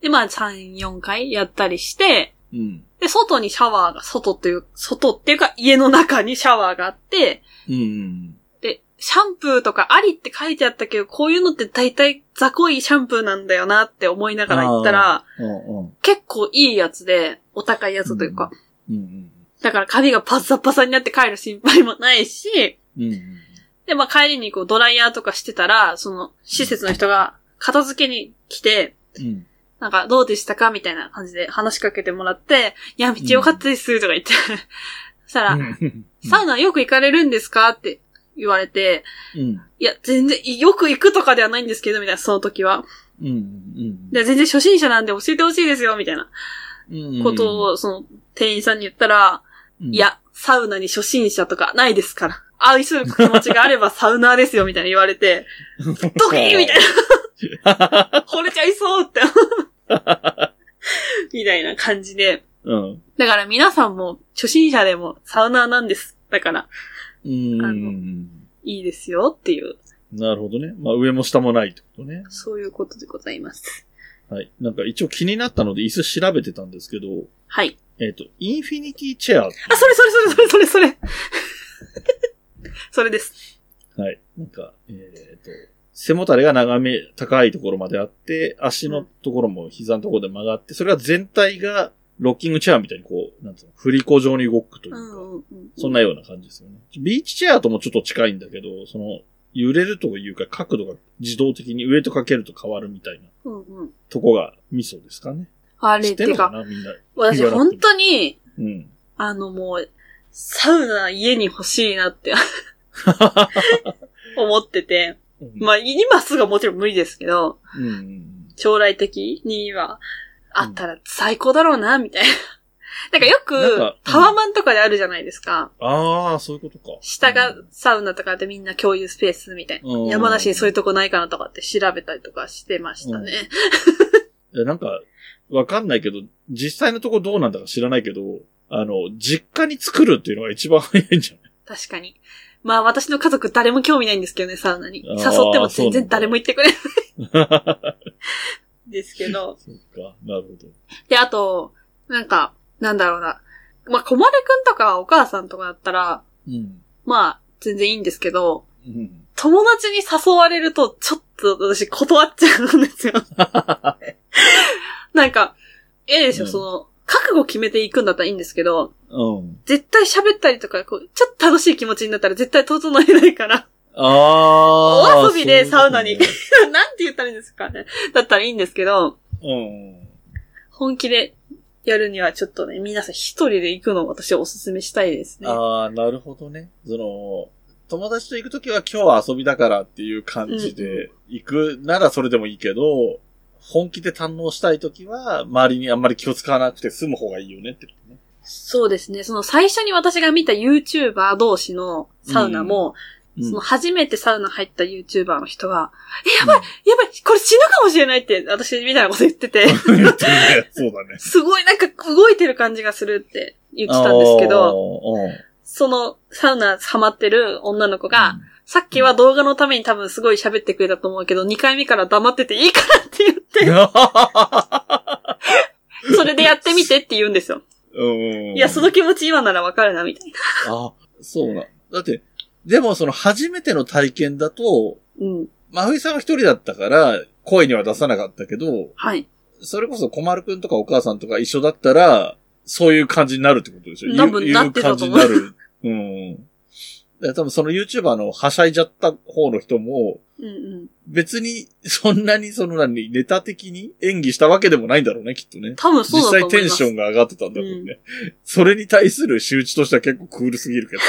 Speaker 2: で、まあ3、4回やったりして、
Speaker 1: うん。
Speaker 2: で、外にシャワーが、外っていう、外っていうか家の中にシャワーがあって、
Speaker 1: うん。
Speaker 2: で、シャンプーとかありって書いてあったけど、こういうのって大体雑魚いシャンプーなんだよなって思いながら行ったら、
Speaker 1: うんうん。
Speaker 2: 結構いいやつで、お高いやつというか、
Speaker 1: うん
Speaker 2: だから髪がパッサパサになって帰る心配もないし、
Speaker 1: うん。うん。
Speaker 2: で、まあ帰りにこうドライヤーとかしてたら、その施設の人が片付けに来て、
Speaker 1: うん。
Speaker 2: なんかどうでしたかみたいな感じで話しかけてもらって、いや、道良かったですとか言って、 *laughs* そしたら、
Speaker 1: うん
Speaker 2: サウナよく行かれるんですかって言われて、
Speaker 1: うん。
Speaker 2: いや、全然、よく行くとかではないんですけど、みたいな、その時は。
Speaker 1: うんうん。
Speaker 2: で、全然初心者なんで教えてほしいですよ、みたいな
Speaker 1: うん
Speaker 2: ことを、その、店員さんに言ったら、い、や、サウナに初心者とかないですから。愛する気持ちがあればサウナーですよ、みたいに言われ
Speaker 1: *laughs*
Speaker 2: て、
Speaker 1: ドキ
Speaker 2: ドキーみたい
Speaker 1: な。 *laughs*
Speaker 2: な、惚れちゃいそうって。 *laughs* みたいな感じで。
Speaker 1: うん。
Speaker 2: だから皆さんも初心者でもサウナーなんです。だから、
Speaker 1: うん
Speaker 2: あ
Speaker 1: うん。
Speaker 2: いいですよっていう、
Speaker 1: なるほどね。まあ、上も下もないってことね。
Speaker 2: そういうことでございます。
Speaker 1: はい。なんか一応気になったので椅子調べてたんですけど、
Speaker 2: はい。
Speaker 1: えっ、と、インフィニティチェアっていう
Speaker 2: あ、それそれそれそれそれそれ。 *laughs* それです。
Speaker 1: はい。なんか、えっ、と、背もたれが長め、高いところまであって、足のところも膝のところで曲がって、それが全体がロッキングチェアみたいにこう、なんつうの、振り子状に動くといううか、
Speaker 2: んうんうん。
Speaker 1: そんなような感じですよね。ビーチチェアともちょっと近いんだけど、その、揺れるというか角度が自動的に上とかけると変わるみたいな
Speaker 2: うんうん。
Speaker 1: とこがミソですかね。
Speaker 2: あ
Speaker 1: 知
Speaker 2: れ、
Speaker 1: ってる
Speaker 2: て
Speaker 1: のか
Speaker 2: か、
Speaker 1: なみんな。
Speaker 2: 私本当に、
Speaker 1: うん。
Speaker 2: あのもう、サウナ家に欲しいなって
Speaker 1: *laughs*
Speaker 2: 思ってて、まあ今すぐもちろん無理ですけど、
Speaker 1: うん、うん。
Speaker 2: 将来的にはあったら最高だろうな、みたいな。 *laughs* なんかよ
Speaker 1: なん
Speaker 2: く
Speaker 1: かうん、
Speaker 2: タワマンとかであるじゃないですか。
Speaker 1: ああ、そういうことか。
Speaker 2: 下がサウナとかでみんな共有スペースみたいな。
Speaker 1: うん
Speaker 2: 山梨にそういうとこないかなとかって調べたりとかしてましたね。
Speaker 1: いやなんか、わかんないけど、実際のとこどうなんだか知らないけど、あの、実家に作るっていうのが一番早いんじゃない
Speaker 2: 確かに。まあ私の家族誰も興味ないんですけどね、サウナに。
Speaker 1: あ
Speaker 2: 誘
Speaker 1: ー
Speaker 2: っても全然誰も行ってくれない
Speaker 1: *laughs*
Speaker 2: ですけど。
Speaker 1: そうか、なるほど。
Speaker 2: で、あと、なんか、なんだろうな。まあ、小丸くんとかお母さんとかだったら、
Speaker 1: うん。
Speaker 2: まあ、全然いいんですけど、
Speaker 1: うん。 *laughs*
Speaker 2: 友達に誘われると、ちょっと私断っちゃうんですよ。 *laughs* なんか、ええでしょ、
Speaker 1: うん
Speaker 2: その、覚悟決めていくんだったらいいんですけど、
Speaker 1: うん。
Speaker 2: 絶対喋ったりとか、こう、ちょっと楽しい気持ちになったら絶対整えないから、
Speaker 1: ああ。
Speaker 2: お遊びでサウナに *laughs*
Speaker 1: そういうこ
Speaker 2: なんて言ったらいいんですかね。だったらいいんですけど、
Speaker 1: とね
Speaker 2: 本気でやるにはちょっとね、皆さん一人で行くのを私はおすすめしたいです
Speaker 1: う
Speaker 2: ね。
Speaker 1: ん。ああ、なるほどね。その、友達と行くときは今日は遊びだからっていう感じで行くならそれでもいいけど、本気で堪能したいときは、周りにあんまり気を使わなくて済む方がいいよねってことね。
Speaker 2: そうですね。その最初に私が見た YouTuber 同士のサウナも、
Speaker 1: うん
Speaker 2: その初めてサウナ入った YouTuber の人が、え、やばいやばいこれ死ぬかもしれないって、私みたいなこと言って
Speaker 1: *laughs*
Speaker 2: て、
Speaker 1: うん言ってるね。そうだね。
Speaker 2: すごいなんか動いてる感じがするって言ってたんですけど、
Speaker 1: あー、
Speaker 2: そのサウナハマってる女の子が、
Speaker 1: あ
Speaker 2: さっきは動画のために多分すごい喋ってくれたと思うけど、2回目から黙ってていいからって言って、それでやってみてって言うんですよ。
Speaker 1: うん。
Speaker 2: いや、その気持ち今ならわかるな、みたいな。
Speaker 1: あ、そうな。だって、でもその初めての体験だと、
Speaker 2: うん。
Speaker 1: まふいさんは一人だったから、声には出さなかったけど、
Speaker 2: はい。
Speaker 1: それこそ小丸くんとかお母さんとか一緒だったら、そういう感じになるってことでしょ
Speaker 2: 多分
Speaker 1: いう
Speaker 2: なってたと思う
Speaker 1: いう感じになる。うん。だから多分その YouTuber のはしゃいじゃった方の人も、
Speaker 2: うんうん。
Speaker 1: 別にそんなにその何、ネタ的に演技したわけでもないんだろうね、きっとね。
Speaker 2: 多分そう
Speaker 1: 実
Speaker 2: だと思い
Speaker 1: 際
Speaker 2: ます。
Speaker 1: テンションが上がってたんだろうね。それに対する周知としては結構クールすぎるけど。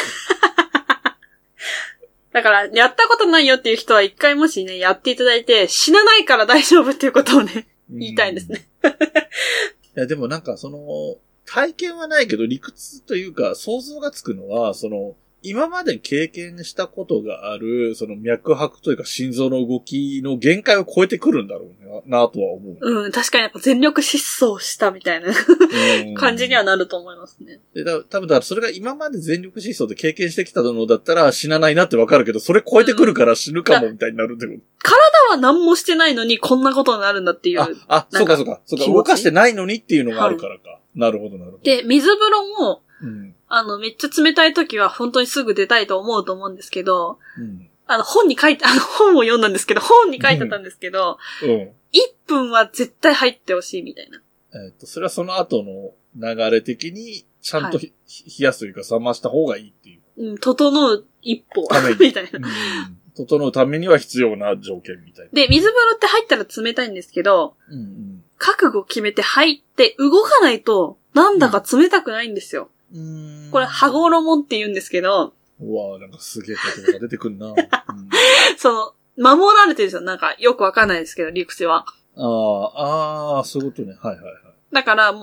Speaker 2: だから、やったことないよっていう人は一回もしね、やっていただいて、死なないから大丈夫っていうことをね、言いたいんですね。
Speaker 1: いや、でもなんかその、体験はないけど理屈というか想像がつくのは、その、今まで経験したことがある、その脈拍というか心臓の動きの限界を超えてくるんだろうねな、なとは思う。
Speaker 2: うん、確かにやっぱ全力疾走したみたいな
Speaker 1: うん
Speaker 2: 感じにはなると思いますね。
Speaker 1: でだ多分だからそれが今まで全力疾走で経験してきたのだったら死なないなってわかるけど、それ超えてくるから死ぬかもみたいになるってこと。
Speaker 2: ただ何もしてないのにこんなことになるんだっていう。
Speaker 1: あ、あ、
Speaker 2: な
Speaker 1: そ
Speaker 2: ん
Speaker 1: うか
Speaker 2: か
Speaker 1: そうか、そうか、
Speaker 2: 気持ち
Speaker 1: 動かしてないのにっていうのがあるからか。なるほど、なるほど。
Speaker 2: で、水風呂も、
Speaker 1: うん。
Speaker 2: あの、めっちゃ冷たい時は本当にすぐ出たいと思うと思うんですけど、
Speaker 1: うん。
Speaker 2: あの、本に書いて、あの、本を読んだんですけど、本に書いてあったんですけど、
Speaker 1: うん。
Speaker 2: 1分は絶対入ってほしいみたいな。
Speaker 1: えっ、と、それはその後の流れ的に、ちゃんとひ、ひ冷やすというか冷ました方がいいっていう。
Speaker 2: うん、整う一歩 *laughs*
Speaker 1: ため、に
Speaker 2: みたいな。
Speaker 1: 整うためには必要な条件みたいな。
Speaker 2: で、水風呂って入ったら冷たいんですけど、
Speaker 1: うんうん。
Speaker 2: 覚悟決めて入って動かないと、なんだか冷たくないんですよ。
Speaker 1: うーん
Speaker 2: これ、羽。衣って言うんですけど、
Speaker 1: うわぁ、なんかすげえ言葉が出てく
Speaker 2: *laughs*
Speaker 1: んな、うん、
Speaker 2: その、守られてるんですよ。なんか、よくわかんないですけど、理屈は。
Speaker 1: ああ、ああ、そういうことね。はいはいはい。
Speaker 2: だから、もう、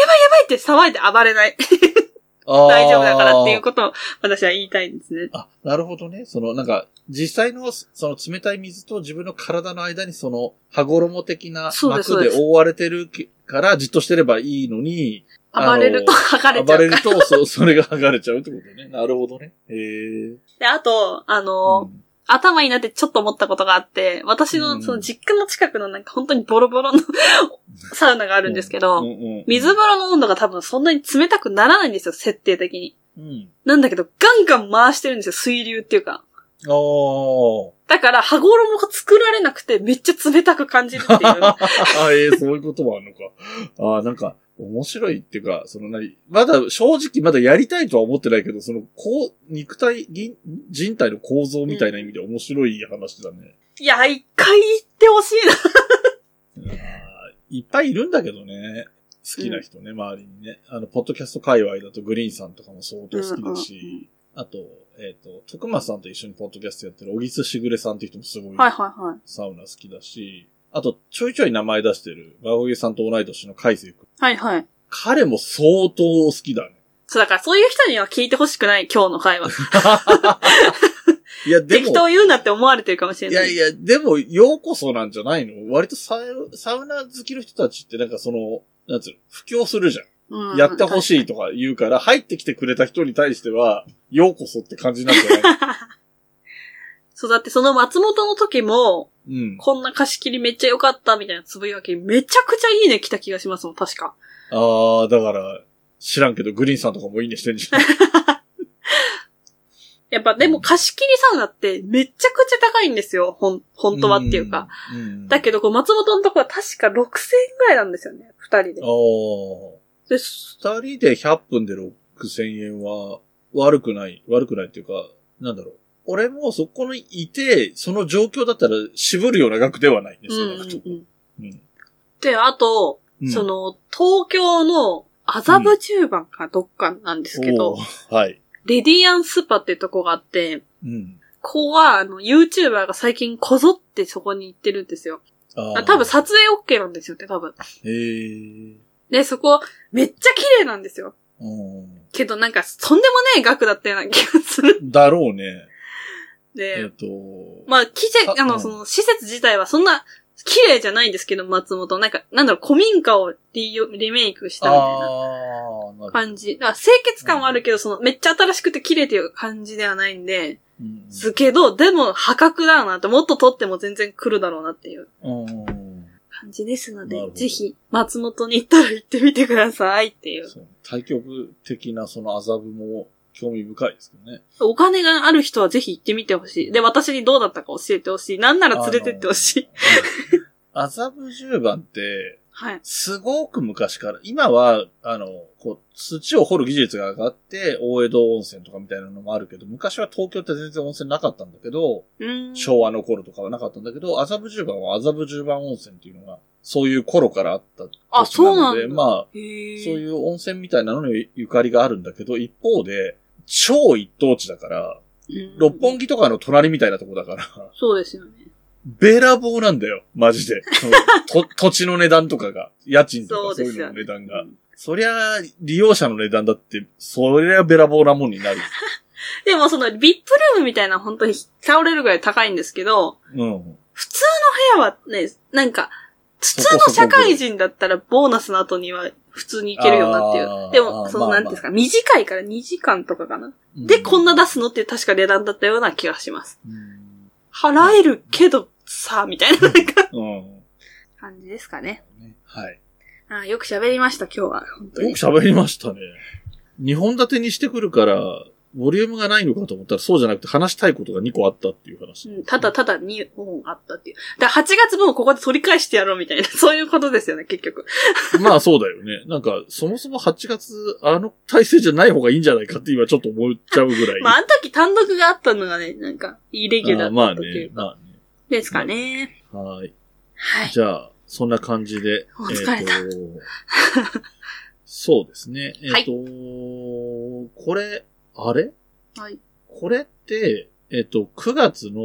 Speaker 2: やばいやばいって騒いで暴れない。
Speaker 1: あー
Speaker 2: 大丈夫だからっていうことを、私は言いたいんですね。
Speaker 1: あ、なるほどね。その、なんか、実際の、その冷たい水と自分の体の間に、その、羽衣的な
Speaker 2: そうですそ
Speaker 1: 膜
Speaker 2: う
Speaker 1: で
Speaker 2: です
Speaker 1: 覆われてるから、じっとしてればいいのに、あの
Speaker 2: 暴れると剥がれち
Speaker 1: 暴
Speaker 2: ゃ
Speaker 1: れ
Speaker 2: うか
Speaker 1: る
Speaker 2: ら。
Speaker 1: と、そ、それが剥がれちゃうってことね。なるほどね。へえ。
Speaker 2: で、あと、あの、
Speaker 1: うん
Speaker 2: 頭になってちょっと思ったことがあって、私
Speaker 1: うん
Speaker 2: のその実家の近くのなんか本当にボロボロの *laughs* サウナがあるんですけど、
Speaker 1: うんうんうん
Speaker 2: 水風呂の温度が多分そんなに冷たくならないんですよ、設定的に。
Speaker 1: うん。
Speaker 2: なんだけど、ガンガン回してるんですよ、水流っていうか。
Speaker 1: あー
Speaker 2: だから、羽衣が作られなくて、めっちゃ冷たく感じるっていう。
Speaker 1: あ。ええそういうこともあるのか。ああ、なんか、面白いっていうか、その何、まだ、正直まだやりたいとは思ってないけど、その、こう、肉体、人人体の構造みたいな意味で面白い話だね。
Speaker 2: いや、一回行ってほしいな。
Speaker 1: あーいっぱいいるんだけどね。好きな人ね、周りにね。あの、ポッドキャスト界隈だとグリーンさんとかも相当好きだし、
Speaker 2: うんうんうん
Speaker 1: あと、えっ、と、徳松さんと一緒にポッドキャストやってる小木津しぐれさんって人もすごい
Speaker 2: はいはいはい。
Speaker 1: サウナ好きだし、あと、ちょいちょい名前出してる、馬尾さんと同い年の海星君。
Speaker 2: はいはい。
Speaker 1: 彼も相当好きだね。
Speaker 2: そう、だからそういう人には聞いてほしくない、今日の会話。
Speaker 1: いや、 *laughs* で
Speaker 2: 適
Speaker 1: も、
Speaker 2: 当言うなって思われてるかもしれ
Speaker 1: い
Speaker 2: な
Speaker 1: や
Speaker 2: い。
Speaker 1: いや、でも、ようこそなんじゃないの割とサウサウナ好きの人たちってなんかその、なんつうの、布教するじゃん。
Speaker 2: うん
Speaker 1: やってほしいとか言うから、入ってきてくれた人に対しては、ようこそって感じなんじ
Speaker 2: *laughs*
Speaker 1: ゃない
Speaker 2: そう、だってその松本の時も、
Speaker 1: うん。
Speaker 2: こんな貸し切りめっちゃ良かったみたいなつぶやき、めちゃくちゃいいね来た気がしますもん、確か。
Speaker 1: あー、だから、知らんけど、グリーンさんとかもいいねしてんじゃん。
Speaker 2: やっぱでも貸し切りサウナってめちゃくちゃ高いんですよ、ほん、本当はっていうか。
Speaker 1: うん。うん
Speaker 2: だけど、こう、松本のとこは確か6000円ぐらいなんですよね、二人で。
Speaker 1: あー。
Speaker 2: で
Speaker 1: 二人で100分で6000円は悪くない、悪くないっていうか、なんだろう。俺もそこにいて、その状況だったら渋るような額ではないんで
Speaker 2: う
Speaker 1: す
Speaker 2: ん
Speaker 1: よ。
Speaker 2: うんうん。
Speaker 1: うん
Speaker 2: で、あと、
Speaker 1: うん
Speaker 2: その、東京の麻布十番かどっかなんですけど、
Speaker 1: おーはい。
Speaker 2: レディアンスパっていうとこがあって、
Speaker 1: うん。
Speaker 2: ここは、あの、YouTuber が最近こぞってそこに行ってるんですよ。
Speaker 1: あ
Speaker 2: あ多分撮影 OK なんですよって、多分。
Speaker 1: へえ。
Speaker 2: で、そこ、めっちゃ綺麗なんですよ。
Speaker 1: うん。
Speaker 2: けどなんか、とんでもねえ額だったような気がする。
Speaker 1: だろうね。え
Speaker 2: で、
Speaker 1: っ、と、
Speaker 2: まあ、き
Speaker 1: あ
Speaker 2: せ、あ
Speaker 1: う
Speaker 2: の、
Speaker 1: ん
Speaker 2: その、施設自体はそんな、綺麗じゃないんですけど、松本。なんか、なんだろう、古民家をリヨリメイクしたみたいな
Speaker 1: あーなるほど
Speaker 2: 感じ。あ清潔感はあるけど、その、めっちゃ新しくて綺麗っていう感じではないんで、
Speaker 1: うん
Speaker 2: すけど、でも、破格だよなって、もっと取っても全然来るだろうなっていう
Speaker 1: うん。
Speaker 2: 感じですの
Speaker 1: なる
Speaker 2: で
Speaker 1: ほ、ど
Speaker 2: ぜひ、松本に行ったら行ってみてくださいって
Speaker 1: *laughs*
Speaker 2: いう。
Speaker 1: そう対局的なその麻布も興味深いですけどね。
Speaker 2: お金がある人はぜひ行ってみてほしい。で、私にどうだったか教えてほしい。なんなら連れてってほしい。
Speaker 1: あの。麻布十番って、
Speaker 2: はい。
Speaker 1: すごく昔から、今は、あの、こう、土を掘る技術が上がって、大江戸温泉とかみたいなのもあるけど、昔は東京って全然温泉なかったんだけど、
Speaker 2: うーん。
Speaker 1: 昭和の頃とかはなかったんだけど、麻布十番は麻布十番温泉っていうのが、そういう頃からあった
Speaker 2: あ、そうなん
Speaker 1: 土地ので
Speaker 2: だ。
Speaker 1: まあ、
Speaker 2: へー
Speaker 1: そういう温泉みたいなのにゆかりがあるんだけど、一方で、超一等地だから、
Speaker 2: うん
Speaker 1: 六本木とかの隣みたいなとこだから、
Speaker 2: そうですよね。
Speaker 1: べらぼうなんだよ、マジで。その
Speaker 2: *laughs*
Speaker 1: と土地の値段とかが、家賃とか
Speaker 2: そ
Speaker 1: そうう
Speaker 2: です
Speaker 1: いうの
Speaker 2: よ
Speaker 1: の
Speaker 2: ね
Speaker 1: 値段
Speaker 2: う
Speaker 1: が。
Speaker 2: ん
Speaker 1: そりゃ、利用者の値段だって、そりゃべらぼうなもんになる。
Speaker 2: でもその VIP ルームみたいな本当に倒れるぐらい高いんですけど、
Speaker 1: うん。
Speaker 2: 普通の部屋はね、なんか、普通の社会人だったらボーナスの後には普通に行けるよなってい
Speaker 1: あー
Speaker 2: う。でも、
Speaker 1: あー
Speaker 2: その
Speaker 1: まあ
Speaker 2: なんていうんですか、短いから2時間とかかな。で、こんな出すのって確か値段だったような気がします。
Speaker 1: うん。
Speaker 2: 払えるけど、さあ、みたいななんか
Speaker 1: うん。
Speaker 2: 感じですかね。
Speaker 1: ねはい。
Speaker 2: あーよく喋りました、今日は。本当
Speaker 1: よ
Speaker 2: に
Speaker 1: く。喋りましたね。2本立てにしてくるから、ボリュームがないのかと思ったら、そうじゃなくて話したいことが2個あったっていう話。
Speaker 2: うんただただ2本あったっていう。だから8月分をここで取り返してやろうみたいな、 *laughs* そういうことですよね、結局。
Speaker 1: *laughs* まあそうだよね。なんか、そもそも8月、あの体制じゃない方がいいんじゃないかって今ちょっと思っちゃうぐらい。
Speaker 2: まあ、あの時単独があったのがね、なんか、イレギュラ
Speaker 1: あー
Speaker 2: ー
Speaker 1: ま
Speaker 2: だ
Speaker 1: あ
Speaker 2: ったとい
Speaker 1: ね
Speaker 2: う、か。
Speaker 1: ま
Speaker 2: ですかね。
Speaker 1: あね。はい。
Speaker 2: はい。
Speaker 1: じゃあ、そんな感じで。
Speaker 2: *laughs* お疲れ
Speaker 1: えーと *laughs* そうですね。えっ、
Speaker 2: はい
Speaker 1: と、これ、あれ
Speaker 2: はい。
Speaker 1: これって、えっ、と、9月の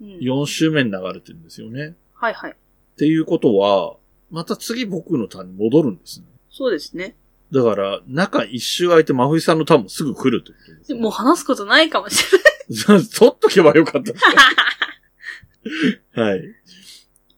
Speaker 2: うん
Speaker 1: 4週目に流れてるんですよね。
Speaker 2: はいはい。
Speaker 1: っていうことは、また次僕のターンに戻るんですね。
Speaker 2: そうですね。
Speaker 1: だから、中一周空いて真冬さんのターンもすぐ来るってことです
Speaker 2: でもう話すことないかもしれない。
Speaker 1: *laughs* ね。取っとけばよかった。 *laughs* はい。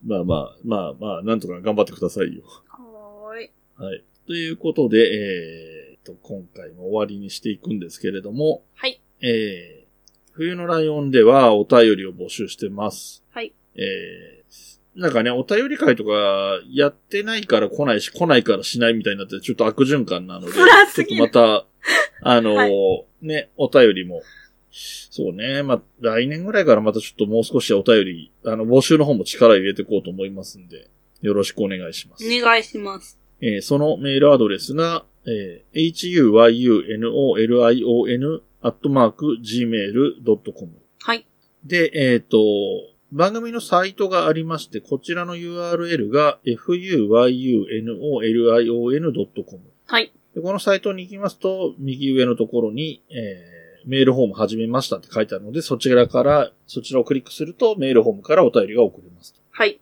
Speaker 1: まあまあ、まあまあ、なんとか頑張ってくださいよ。
Speaker 2: はーい。
Speaker 1: はい。ということで、えー、と、今回も終わりにしていくんですけれども、
Speaker 2: はい。
Speaker 1: えー、冬のライオンではお便りを募集してます。
Speaker 2: はい。
Speaker 1: えー、なんかね、お便り会とかやってないから来ないし、来ないからしないみたいになって、ちょっと悪循環なので、ちょ
Speaker 2: *laughs* 辛すぎ
Speaker 1: っ
Speaker 2: る
Speaker 1: とまた、あのー
Speaker 2: は
Speaker 1: ね、お便りも、そうね、まあ、来年ぐらいからまたちょっともう少しお便り、あの、募集の方も力入れていこうと思いますんで、よろしくお願いします。
Speaker 2: お願いします。
Speaker 1: えーそのメールアドレスが、えー huyunolion アットマーク gmail.com
Speaker 2: はい。
Speaker 1: で、えっ、と、番組のサイトがありまして、こちらの URL が fuyunolion.com
Speaker 2: はい。
Speaker 1: でこのサイトに行きますと、右上のところに、えーメールフォーム始めましたって書いてあるので、そちらから、そちらをクリックすると、メールフォームからお便りが送れますと。
Speaker 2: はい。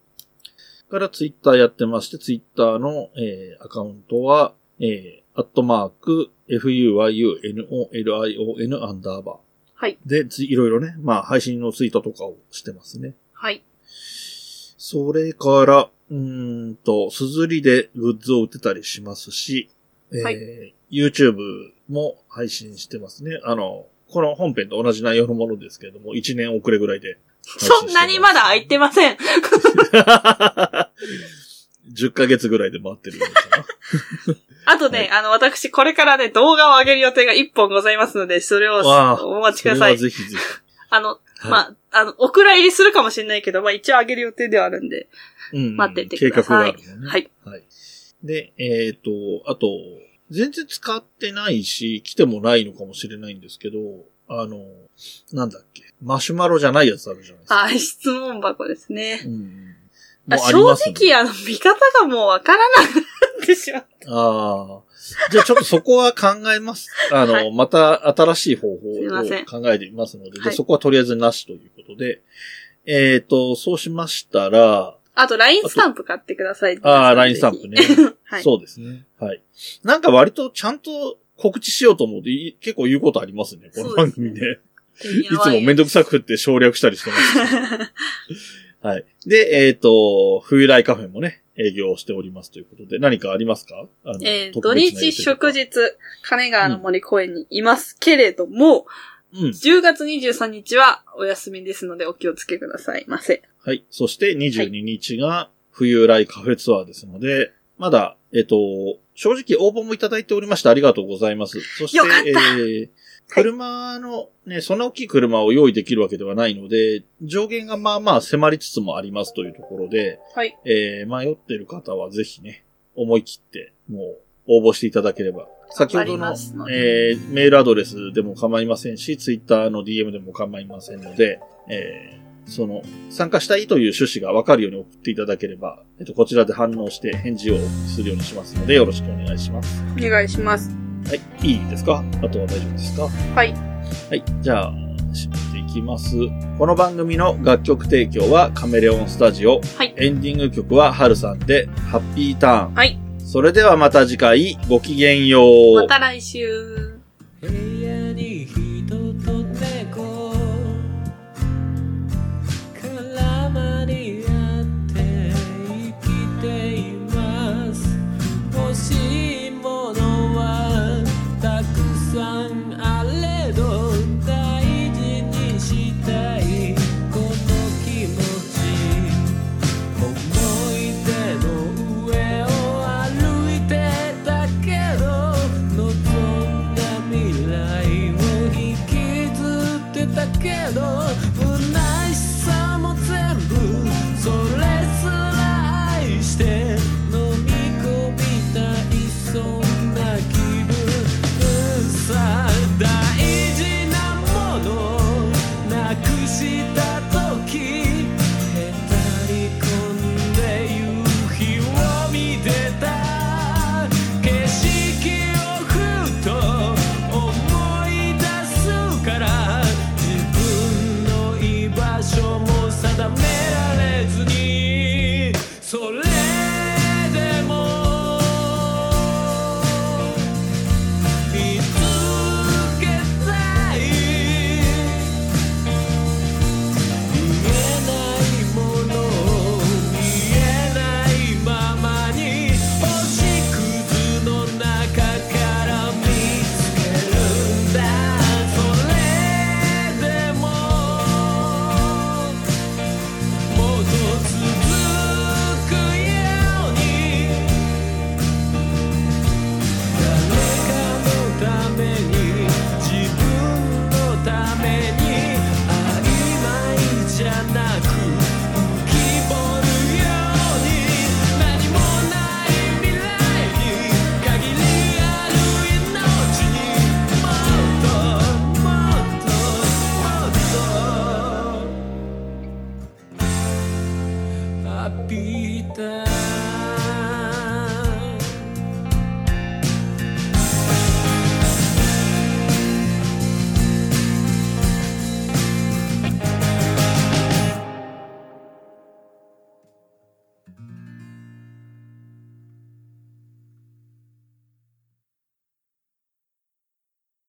Speaker 1: からツイッターやってまして、ツイッターの、えーアカウントは、えー、アットマーク、fuyunolion アンダーバ
Speaker 2: はい。
Speaker 1: ー。で、ついろいろね、まあ、配信のツイートとかをしてますね。
Speaker 2: はい。
Speaker 1: それから、うーんと、すずりでグッズを売ってたりしますし、えー
Speaker 2: は
Speaker 1: YouTube も配信してますね。あの、この本編と同じ内容のものですけれども、1年遅れぐらいで配信して
Speaker 2: そ
Speaker 1: ます。
Speaker 2: んなにまだ空いてません。
Speaker 1: *laughs* 10ヶ月ぐらいで回ってるよう
Speaker 2: *laughs*
Speaker 1: なか
Speaker 2: あとね、
Speaker 1: はい
Speaker 2: あの、私、これからね、動画を上げる予定が1本ございますので、それを
Speaker 1: わあ
Speaker 2: お待ちく
Speaker 1: な。
Speaker 2: だ
Speaker 1: そ
Speaker 2: さ。
Speaker 1: れはいぜひぜひ。
Speaker 2: あの、
Speaker 1: はい
Speaker 2: まあ、あの、お蔵入りするかもしれないけど、まあ、一応上げる予定ではあるんで。
Speaker 1: うん
Speaker 2: 待っててください
Speaker 1: 計画があるのね。
Speaker 2: はい。
Speaker 1: はい。で、えっ、と、あと、全然使ってないし、来てもないのかもしれないんですけど、あの、なんだっけ、マシュマロじゃないやつあるじゃないですか。
Speaker 2: はい、質問箱ですね。
Speaker 1: うん。
Speaker 2: あ
Speaker 1: もうあり
Speaker 2: 正
Speaker 1: ますね
Speaker 2: 直、あの、見方がもうわからなくなってしまう。
Speaker 1: ああ。じゃあちょっとそこは考えます。あの、
Speaker 2: *laughs* はい
Speaker 1: また新しい方法
Speaker 2: すいません
Speaker 1: を考えていますので、
Speaker 2: は
Speaker 1: で
Speaker 2: い
Speaker 1: そこはとりあえずなしということで、えっ、と、そうしましたら、
Speaker 2: あと、LINE スタンプ買ってください。
Speaker 1: ああ、LINE スタンプね。
Speaker 2: はい。
Speaker 1: *laughs* そうですね。はい。なんか割とちゃんと告知しようと思うとい結構言うことありますね、この番組で。
Speaker 2: い
Speaker 1: いつもめんどくさく振って省略したりし
Speaker 2: *laughs*
Speaker 1: てます。はい。で、えっ、と、冬来カフェもね、営業をしておりますということで、何かありますかあの
Speaker 2: えー、土
Speaker 1: 特別な
Speaker 2: 日
Speaker 1: 予定とか
Speaker 2: 祝日、金川の森公園にいますけれども、
Speaker 1: うん。
Speaker 2: 10月23日はお休みですのでお気をつけくださいませ。
Speaker 1: はい。そして22日が冬来カフェツアーですので、まだ、えっ、と、正直応募もいただいておりましてありがとうございます。そして、
Speaker 2: よかった
Speaker 1: えー車のね、そんな大きい車を用意できるわけではないので、上限がまあまあ迫りつつもありますというところで、
Speaker 2: はい。
Speaker 1: えー、迷ってる方はぜひね、思い切って、もう、応募していただければ。先ほ
Speaker 2: あ
Speaker 1: ど
Speaker 2: り
Speaker 1: の
Speaker 2: ま、すので
Speaker 1: えー、メールアドレスでも構いませんし、ツイッターの DM でも構いませんので、えー、その、参加したいという趣旨がわかるように送っていただければ、えっと、こちらで反応して返事をするようにしますので、よろしくお願いします。
Speaker 2: お願いします。
Speaker 1: はい、いいですかあとは大丈夫ですか
Speaker 2: はい。
Speaker 1: はい。じゃあ、締めていきます。この番組の楽曲提供はカメレオンスタジオ。
Speaker 2: はい
Speaker 1: エンディング曲はハルさんで、ハッピーターン。
Speaker 2: はい。
Speaker 1: それではまた次回、ごきげんよう。
Speaker 2: また来週。
Speaker 3: 部屋に人と猫絡まり合って生きています欲しいものはたくさんあれど大事にしたいこの気持ち思い出の上を歩いてたけど望んだ未来を引きずってたけど不慣